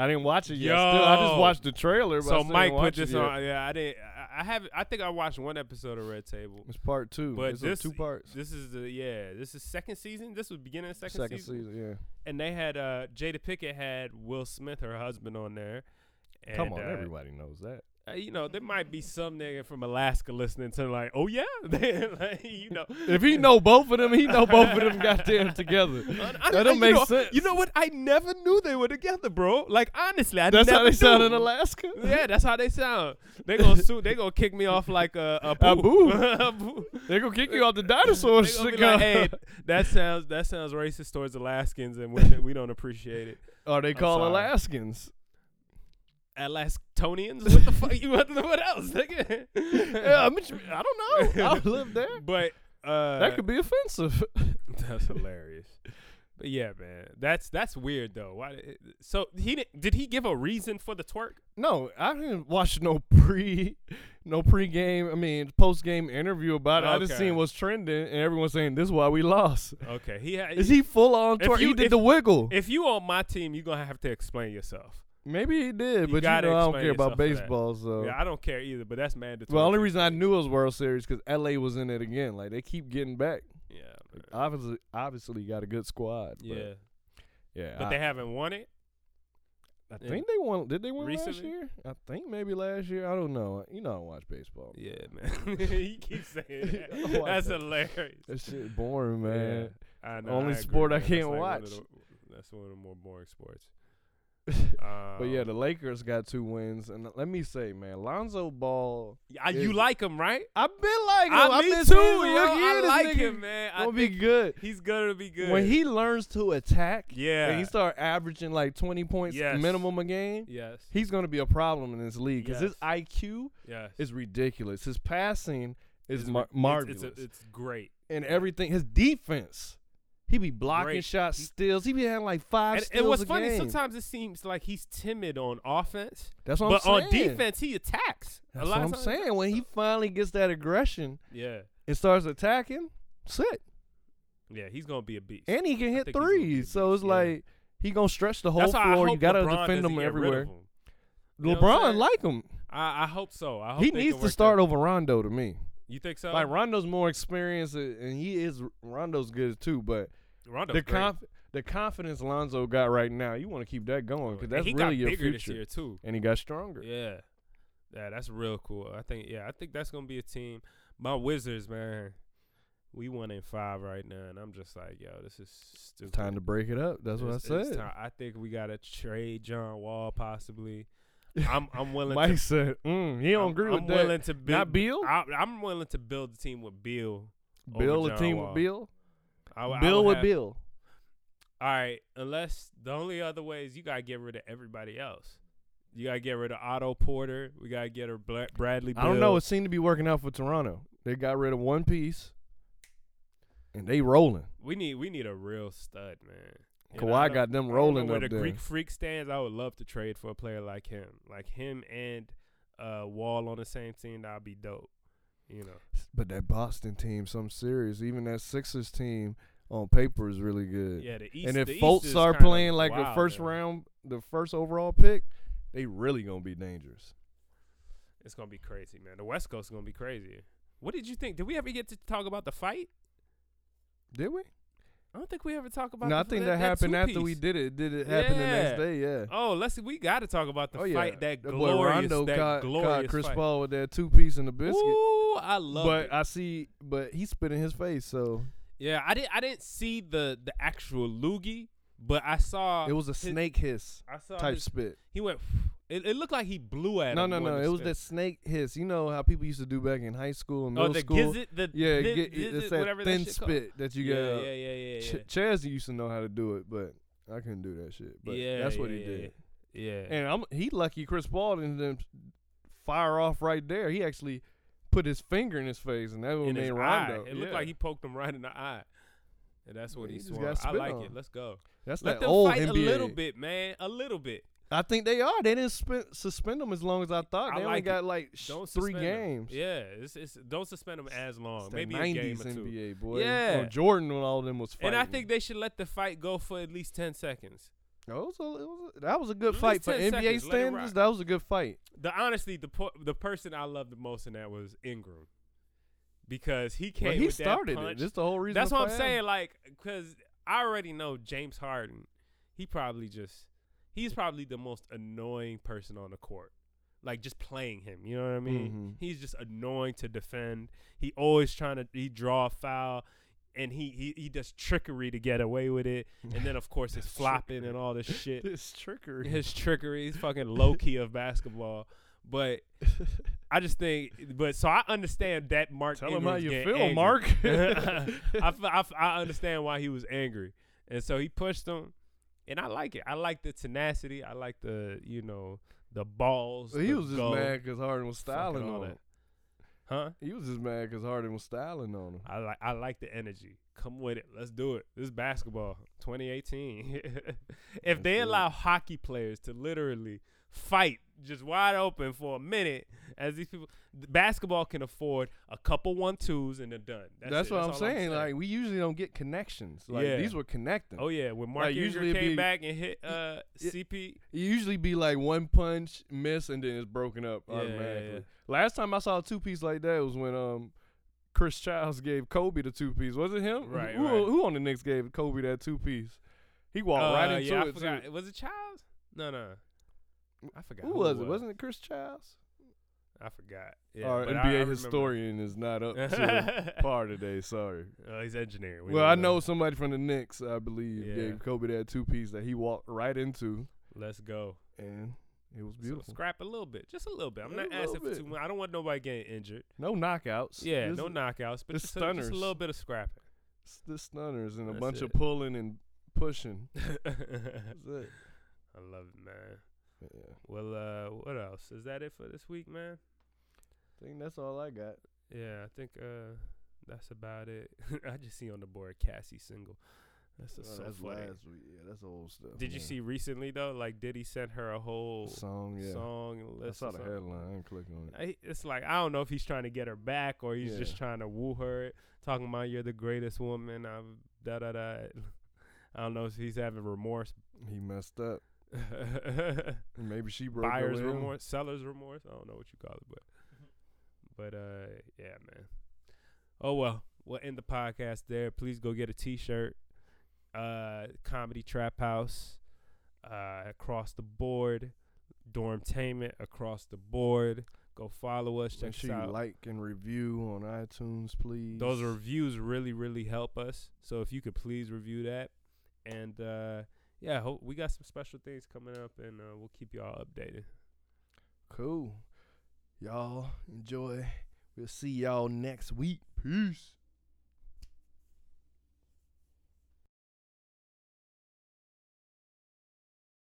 Speaker 5: I didn't watch it yet. Still, I just
Speaker 6: Yo.
Speaker 5: watched the trailer. But I
Speaker 6: so
Speaker 5: still didn't
Speaker 6: Mike put
Speaker 5: watch it
Speaker 6: this
Speaker 5: yet.
Speaker 6: on. Yeah, I didn't. I- I have. I think I watched one episode of Red Table.
Speaker 5: It's part two.
Speaker 6: But
Speaker 5: it's
Speaker 6: this
Speaker 5: two parts.
Speaker 6: This is the yeah. This is second season. This was beginning of second,
Speaker 5: Second
Speaker 6: season.
Speaker 5: season. yeah.
Speaker 6: And they had uh Jada Pickett had Will Smith, her husband, on there. And,
Speaker 5: Come on,
Speaker 6: uh,
Speaker 5: everybody knows that.
Speaker 6: uh, you know, there might be some nigga from Alaska listening to like, oh yeah, like, you know.
Speaker 5: If he know both of them, he know both of them goddamn together.
Speaker 6: I- I-
Speaker 5: that don't
Speaker 6: you
Speaker 5: make
Speaker 6: know-
Speaker 5: sense.
Speaker 6: You know what? I never knew they were together, bro. Like honestly, I
Speaker 5: that's
Speaker 6: never
Speaker 5: how they sound
Speaker 6: knew.
Speaker 5: in Alaska.
Speaker 6: Yeah, that's how they sound. They gonna sue. They gonna kick me off like a a
Speaker 5: A
Speaker 6: boo.
Speaker 5: boo.
Speaker 6: A boo.
Speaker 5: They gonna kick you out the dinosaur
Speaker 6: They gonna
Speaker 5: shit.
Speaker 6: be like,
Speaker 5: Like,
Speaker 6: hey, that sounds that sounds racist towards Alaskans, and we, we don't appreciate it.
Speaker 5: Are they called
Speaker 6: sorry.
Speaker 5: Alaskans?
Speaker 6: Alaskonians? What the fuck? You what, what else? Nigga?
Speaker 5: yeah, I, mean, I don't know. I don't live there.
Speaker 6: But uh,
Speaker 5: That could be offensive.
Speaker 6: that's hilarious. But yeah, man, that's that's weird though. Why? did- So he didn't, did he give a reason for the twerk?
Speaker 5: No, I didn't watch no pre, no pre-game. I mean, post-game interview about it. I just
Speaker 6: Okay.
Speaker 5: seen what's trending, and everyone saying this is why we lost.
Speaker 6: Okay, he had.
Speaker 5: Is he full on?
Speaker 6: If
Speaker 5: Twer-
Speaker 6: you-
Speaker 5: he did
Speaker 6: if-
Speaker 5: the wiggle.
Speaker 6: If you on my team, you're gonna have to explain yourself.
Speaker 5: Maybe he did,
Speaker 6: You
Speaker 5: but you
Speaker 6: gotta
Speaker 5: know I don't
Speaker 6: explain
Speaker 5: care about
Speaker 6: yourself for that.
Speaker 5: baseball. So
Speaker 6: Yeah, I don't care either, but that's mandatory.
Speaker 5: well, the only reason I knew it was World Series because LA was in it again. Like they keep getting back.
Speaker 6: Yeah, man.
Speaker 5: Obviously, obviously got a good squad. but-
Speaker 6: yeah,
Speaker 5: yeah.
Speaker 6: but
Speaker 5: I,
Speaker 6: they haven't won it.
Speaker 5: I
Speaker 6: yeah.
Speaker 5: think they won. Did they win last
Speaker 6: Recently?
Speaker 5: year? I think maybe last year. I don't know. You know, I don't watch baseball.
Speaker 6: Yeah, man. he keeps saying that.
Speaker 5: Why
Speaker 6: that's
Speaker 5: not?
Speaker 6: hilarious.
Speaker 5: That shit boring, man.
Speaker 6: I
Speaker 5: Only
Speaker 6: agree,
Speaker 5: sport I
Speaker 6: man. That's
Speaker 5: can't
Speaker 6: like one of
Speaker 5: watch.
Speaker 6: the- that's one of the more boring sports. Um,
Speaker 5: But yeah, the Lakers got two wins, and let me say, man, Lonzo Ball.
Speaker 6: I- you
Speaker 5: is-
Speaker 6: like him, right?
Speaker 5: I've been like him.
Speaker 6: I,
Speaker 5: I've
Speaker 6: me
Speaker 5: been
Speaker 6: too.
Speaker 5: saying
Speaker 6: Bro.
Speaker 5: for a year
Speaker 6: I
Speaker 5: this
Speaker 6: like
Speaker 5: nigga
Speaker 6: him, man. I
Speaker 5: Gonna be
Speaker 6: think
Speaker 5: good.
Speaker 6: he's gonna be good
Speaker 5: When he learns to attack,
Speaker 6: Yeah.
Speaker 5: and he start averaging like twenty points
Speaker 6: Yes.
Speaker 5: minimum a game,
Speaker 6: Yes.
Speaker 5: he's gonna be a problem in this league because
Speaker 6: Yes.
Speaker 5: his IQ
Speaker 6: yes.
Speaker 5: is ridiculous. His passing is
Speaker 6: It's
Speaker 5: mar-
Speaker 6: ri- it's-
Speaker 5: marvelous,
Speaker 6: It's, a- it's great.
Speaker 5: and everything. His defense, he be blocking
Speaker 6: Great.
Speaker 5: shots, steals. He be having like five
Speaker 6: And,
Speaker 5: steals
Speaker 6: and what's
Speaker 5: a
Speaker 6: funny,
Speaker 5: game.
Speaker 6: sometimes it seems like he's timid on offense,
Speaker 5: That's what
Speaker 6: but
Speaker 5: I'm saying.
Speaker 6: on defense he attacks. a
Speaker 5: that's
Speaker 6: lot
Speaker 5: what
Speaker 6: of
Speaker 5: I'm
Speaker 6: times.
Speaker 5: saying. When he finally gets that aggression,
Speaker 6: Yeah.
Speaker 5: and starts attacking, sit.
Speaker 6: Yeah, he's gonna be a beast.
Speaker 5: And he can hit
Speaker 6: think he's gonna be a
Speaker 5: threes. So it's
Speaker 6: beast, yeah.
Speaker 5: like he gonna stretch the whole
Speaker 6: That's why I
Speaker 5: floor. You
Speaker 6: hope
Speaker 5: gotta
Speaker 6: LeBron
Speaker 5: defend
Speaker 6: doesn't
Speaker 5: him
Speaker 6: get rid of
Speaker 5: everywhere.
Speaker 6: him. You know what I'm
Speaker 5: LeBron
Speaker 6: saying?
Speaker 5: like him.
Speaker 6: I, I hope so. I hope
Speaker 5: He
Speaker 6: they
Speaker 5: needs
Speaker 6: can
Speaker 5: to
Speaker 6: work
Speaker 5: start
Speaker 6: that-
Speaker 5: over Rondo to me.
Speaker 6: You think so?
Speaker 5: Like Rondo's more experienced, uh, and he is Rondo's good too. But
Speaker 6: Rondo's
Speaker 5: the
Speaker 6: great.
Speaker 5: conf- the confidence Lonzo got right now, you want to keep that going because
Speaker 6: And
Speaker 5: that's
Speaker 6: he got
Speaker 5: really your
Speaker 6: bigger this
Speaker 5: future.
Speaker 6: year too.
Speaker 5: And he got stronger.
Speaker 6: Yeah, yeah, that's real cool. I think yeah, I think that's gonna be a team. My Wizards, man, we one in five right now, and I'm just like, yo, this is stupid.
Speaker 5: Time to break it up. That's
Speaker 6: It's-
Speaker 5: what I
Speaker 6: it's
Speaker 5: said.
Speaker 6: time. I think we gotta trade John Wall possibly. I'm I'm willing.
Speaker 5: Mike
Speaker 6: to,
Speaker 5: said, mm, he don't
Speaker 6: I'm,
Speaker 5: agree
Speaker 6: I'm
Speaker 5: with that.
Speaker 6: willing to build.
Speaker 5: Not Beal?
Speaker 6: I, I'm willing to build a team with Bill. over
Speaker 5: Bill, a
Speaker 6: John
Speaker 5: team
Speaker 6: Wall.
Speaker 5: with Bill.
Speaker 6: I, would- I
Speaker 5: Bill
Speaker 6: would
Speaker 5: with
Speaker 6: have-
Speaker 5: Bill.
Speaker 6: All right, unless the only other way is you gotta get rid of everybody else. You gotta get rid of Otto Porter. We gotta get rid of Bla- Bradley.
Speaker 5: I don't know.
Speaker 6: Beal.
Speaker 5: It seemed to be working out for Toronto. They got rid of one piece, and they rolling.
Speaker 6: we need we need a real stud, man. And
Speaker 5: Kawhi
Speaker 6: I don't-
Speaker 5: got them
Speaker 6: I don't know
Speaker 5: rolling
Speaker 6: Where
Speaker 5: up
Speaker 6: the
Speaker 5: there.
Speaker 6: Greek freak stands, I would love to trade for a player like him, like him and uh, Wall on the same team. That'd be dope. You know,
Speaker 5: But that Boston team, some serious. Even that Sixers team on paper is really good.
Speaker 6: yeah. The East
Speaker 5: and if
Speaker 6: the East
Speaker 5: Fultz
Speaker 6: is
Speaker 5: are
Speaker 6: kinda
Speaker 5: playing like the
Speaker 6: wild,
Speaker 5: first
Speaker 6: man.
Speaker 5: round, the first overall pick, they really gonna be dangerous.
Speaker 6: it's gonna be crazy, man. The West Coast is gonna be crazy. What did you think? Did we ever get to talk about the fight?
Speaker 5: Did we?
Speaker 6: I don't think we ever talked about.
Speaker 5: No,
Speaker 6: the,
Speaker 5: I think
Speaker 6: that,
Speaker 5: that, happened after
Speaker 6: two-piece.
Speaker 5: we did it. Did it happen the
Speaker 6: Yeah.
Speaker 5: next day? Yeah.
Speaker 6: Oh, let's we got to talk about the
Speaker 5: oh yeah.
Speaker 6: fight that
Speaker 5: boy
Speaker 6: glorious,
Speaker 5: Rondo
Speaker 6: that
Speaker 5: caught,
Speaker 6: glorious
Speaker 5: caught Chris
Speaker 6: fight.
Speaker 5: Paul with that two piece and the biscuit.
Speaker 6: Ooh, I love
Speaker 5: but
Speaker 6: it.
Speaker 5: I see, but he spit in his face, so
Speaker 6: yeah, I didn't I didn't see the the actual loogie, but I saw
Speaker 5: it was a
Speaker 6: Uh, his-
Speaker 5: snake hiss
Speaker 6: I saw
Speaker 5: type
Speaker 6: his-
Speaker 5: spit.
Speaker 6: He went. It, it looked like he blew at
Speaker 5: No,
Speaker 6: him.
Speaker 5: no, no.
Speaker 6: when
Speaker 5: It was
Speaker 6: spit-
Speaker 5: that snake hiss. You know how people used to do back in high school and middle
Speaker 6: oh, the
Speaker 5: school.
Speaker 6: gizzard, the
Speaker 5: yeah,
Speaker 6: thi-
Speaker 5: get,
Speaker 6: gizzard,
Speaker 5: it's that
Speaker 6: whatever
Speaker 5: thin
Speaker 6: that shit called.
Speaker 5: spit that you
Speaker 6: Yeah,
Speaker 5: get.
Speaker 6: yeah,
Speaker 5: out.
Speaker 6: yeah, yeah, yeah.
Speaker 5: Ch- Chaz used to know how to do it, but I couldn't do that shit. But
Speaker 6: yeah,
Speaker 5: that's what
Speaker 6: yeah,
Speaker 5: he did.
Speaker 6: Yeah, yeah.
Speaker 5: And I'm he lucky Chris Paul didn't then fire off right there. He actually put his finger in his face, and that what
Speaker 6: In his
Speaker 5: made
Speaker 6: eye.
Speaker 5: Rondo.
Speaker 6: It looked
Speaker 5: yeah.
Speaker 6: like he poked him right in the eye, and that's what he,
Speaker 5: Yeah, he just
Speaker 6: swung.
Speaker 5: got
Speaker 6: I
Speaker 5: spit
Speaker 6: like
Speaker 5: on.
Speaker 6: it. Let's go.
Speaker 5: That's
Speaker 6: Let
Speaker 5: that
Speaker 6: them
Speaker 5: old
Speaker 6: fight
Speaker 5: NBA.
Speaker 6: a little bit, man. A little bit.
Speaker 5: I think they are. They didn't spend, suspend them as long as I thought.
Speaker 6: I
Speaker 5: They only
Speaker 6: like
Speaker 5: got
Speaker 6: it.
Speaker 5: like sh-
Speaker 6: Don't
Speaker 5: three
Speaker 6: suspend them.
Speaker 5: games.
Speaker 6: Yeah, it's, it's don't suspend them as long.
Speaker 5: It's that
Speaker 6: Maybe a
Speaker 5: 90s
Speaker 6: game or two.
Speaker 5: NBA boy.
Speaker 6: Yeah.
Speaker 5: Or Jordan when all of them was fighting.
Speaker 6: And I think they should let the fight go for at least ten seconds.
Speaker 5: that was a, it was a- that was a good
Speaker 6: At
Speaker 5: fight
Speaker 6: least
Speaker 5: for
Speaker 6: 10
Speaker 5: NBA
Speaker 6: seconds, let it
Speaker 5: standards.
Speaker 6: rock.
Speaker 5: That was a good fight.
Speaker 6: The honestly, the po- the person I loved the most in that was Ingram, because he came.
Speaker 5: But he
Speaker 6: with that
Speaker 5: started
Speaker 6: punch.
Speaker 5: it. That's the whole reason.
Speaker 6: That's
Speaker 5: the
Speaker 6: what I'm
Speaker 5: fight
Speaker 6: saying.
Speaker 5: happened.
Speaker 6: Like, because I already know James Harden. He probably just he's probably the most annoying person on the court. Like just playing him, you know what I mean?
Speaker 5: Mhm.
Speaker 6: He's just annoying to defend. He always trying to he draw a foul, and he he he does trickery to get away with it. And then of course it's flopping and all this shit.
Speaker 5: This trickery.
Speaker 6: His trickery, he's fucking low key of basketball. But I just think, but so I understand that Mark.
Speaker 5: Tell him how
Speaker 6: Ingram's
Speaker 5: you
Speaker 6: getting
Speaker 5: feel,
Speaker 6: angry.
Speaker 5: Mark.
Speaker 6: I, fe- I, fe- I understand why he was angry, and so he pushed him, and I like it. I like the tenacity. I like the you know the balls.
Speaker 5: he
Speaker 6: the
Speaker 5: was just
Speaker 6: go,
Speaker 5: mad because Harden was
Speaker 6: fucking
Speaker 5: styling
Speaker 6: all
Speaker 5: on
Speaker 6: that.
Speaker 5: him.
Speaker 6: huh?
Speaker 5: He was just mad because Harden was styling on him.
Speaker 6: I like I like the energy. Come with it. Let's do it. This is basketball, 2018. if they allow hockey players to literally fight just wide open for a minute, as these people, th- basketball can afford a couple one twos and they're done. That's,
Speaker 5: That's,
Speaker 6: it.
Speaker 5: what I'm,
Speaker 6: all
Speaker 5: saying. Like we usually don't get connections. Like
Speaker 6: Yeah.
Speaker 5: these were connecting.
Speaker 6: oh yeah, when Mark
Speaker 5: like, usually
Speaker 6: usually
Speaker 5: it'd
Speaker 6: came
Speaker 5: be-
Speaker 6: back and hit uh, CP,
Speaker 5: It usually be like one punch, miss, and then it's broken up
Speaker 6: Yeah, yeah,
Speaker 5: automatically.
Speaker 6: yeah.
Speaker 5: Last time I saw a two piece like that was when um Chris Childs gave Kobe the two piece. Was it him?
Speaker 6: Right,
Speaker 5: Who,
Speaker 6: right.
Speaker 5: who on the Knicks gave Kobe that two piece? He walked right
Speaker 6: Uh,
Speaker 5: into
Speaker 6: yeah, I
Speaker 5: it. too.
Speaker 6: forgot. Was it Childs? No, no. I forgot.
Speaker 5: Who was it? Wasn't it Chris Childs?
Speaker 6: I forgot. Yeah,
Speaker 5: Our
Speaker 6: but I-
Speaker 5: NBA
Speaker 6: I remember.
Speaker 5: historian is not up to par today. Sorry.
Speaker 6: Oh, he's engineer. We
Speaker 5: well, I
Speaker 6: don't
Speaker 5: know somebody from the Knicks, I believe,
Speaker 6: Yeah.
Speaker 5: gave Kobe that two piece that he walked right into,
Speaker 6: Let's go.
Speaker 5: and it was
Speaker 6: So
Speaker 5: beautiful.
Speaker 6: scrap a little bit, just a little bit. I'm
Speaker 5: A
Speaker 6: not
Speaker 5: little
Speaker 6: asking for too
Speaker 5: bit.
Speaker 6: much. I don't want nobody getting injured.
Speaker 5: No knockouts.
Speaker 6: Yeah,
Speaker 5: This-
Speaker 6: no knockouts, but
Speaker 5: it's
Speaker 6: just a, just a
Speaker 5: stunners.
Speaker 6: little bit of scrapping.
Speaker 5: It's the stunners and a
Speaker 6: That's
Speaker 5: bunch of
Speaker 6: it.
Speaker 5: pulling and pushing.
Speaker 6: I
Speaker 5: That's it.
Speaker 6: love it, man.
Speaker 5: Yeah.
Speaker 6: Well, uh, what else? Is that it for this week, man?
Speaker 5: I think that's all I got.
Speaker 6: Yeah, I think uh, that's about it. I just see on the board Cassie single. That's just
Speaker 5: Oh,
Speaker 6: so
Speaker 5: that's
Speaker 6: funny.
Speaker 5: last week. Yeah, that's old stuff.
Speaker 6: Did you
Speaker 5: yeah.
Speaker 6: see recently though? Like Diddy sent her a whole
Speaker 5: the song? Yeah.
Speaker 6: song and
Speaker 5: I
Speaker 6: list
Speaker 5: saw
Speaker 6: or
Speaker 5: the
Speaker 6: something.
Speaker 5: headline. I ain't clicking on it.
Speaker 6: I, it's like I don't know if he's trying to get her back or he's just
Speaker 5: Yeah.
Speaker 6: trying to woo her, talking about you're the greatest woman. I've da da da. I don't know if he's having remorse,
Speaker 5: He messed up. Maybe she broke her
Speaker 6: buyer's
Speaker 5: will.
Speaker 6: remorse, seller's remorse. I don't know what you call it, but but uh, yeah, man. Oh well, we'll end the podcast there. Please go get a T-shirt. Uh, comedy trap house uh, across the board, dormtainment across the board. Go follow us.
Speaker 5: Make
Speaker 6: Check
Speaker 5: sure
Speaker 6: us
Speaker 5: you
Speaker 6: out.
Speaker 5: like and review on iTunes, please.
Speaker 6: those reviews really really help us so if you could please review that and uh yeah hope we got some special things coming up and uh, we'll keep y'all updated
Speaker 5: cool. Y'all enjoy. We'll see y'all next week. Peace.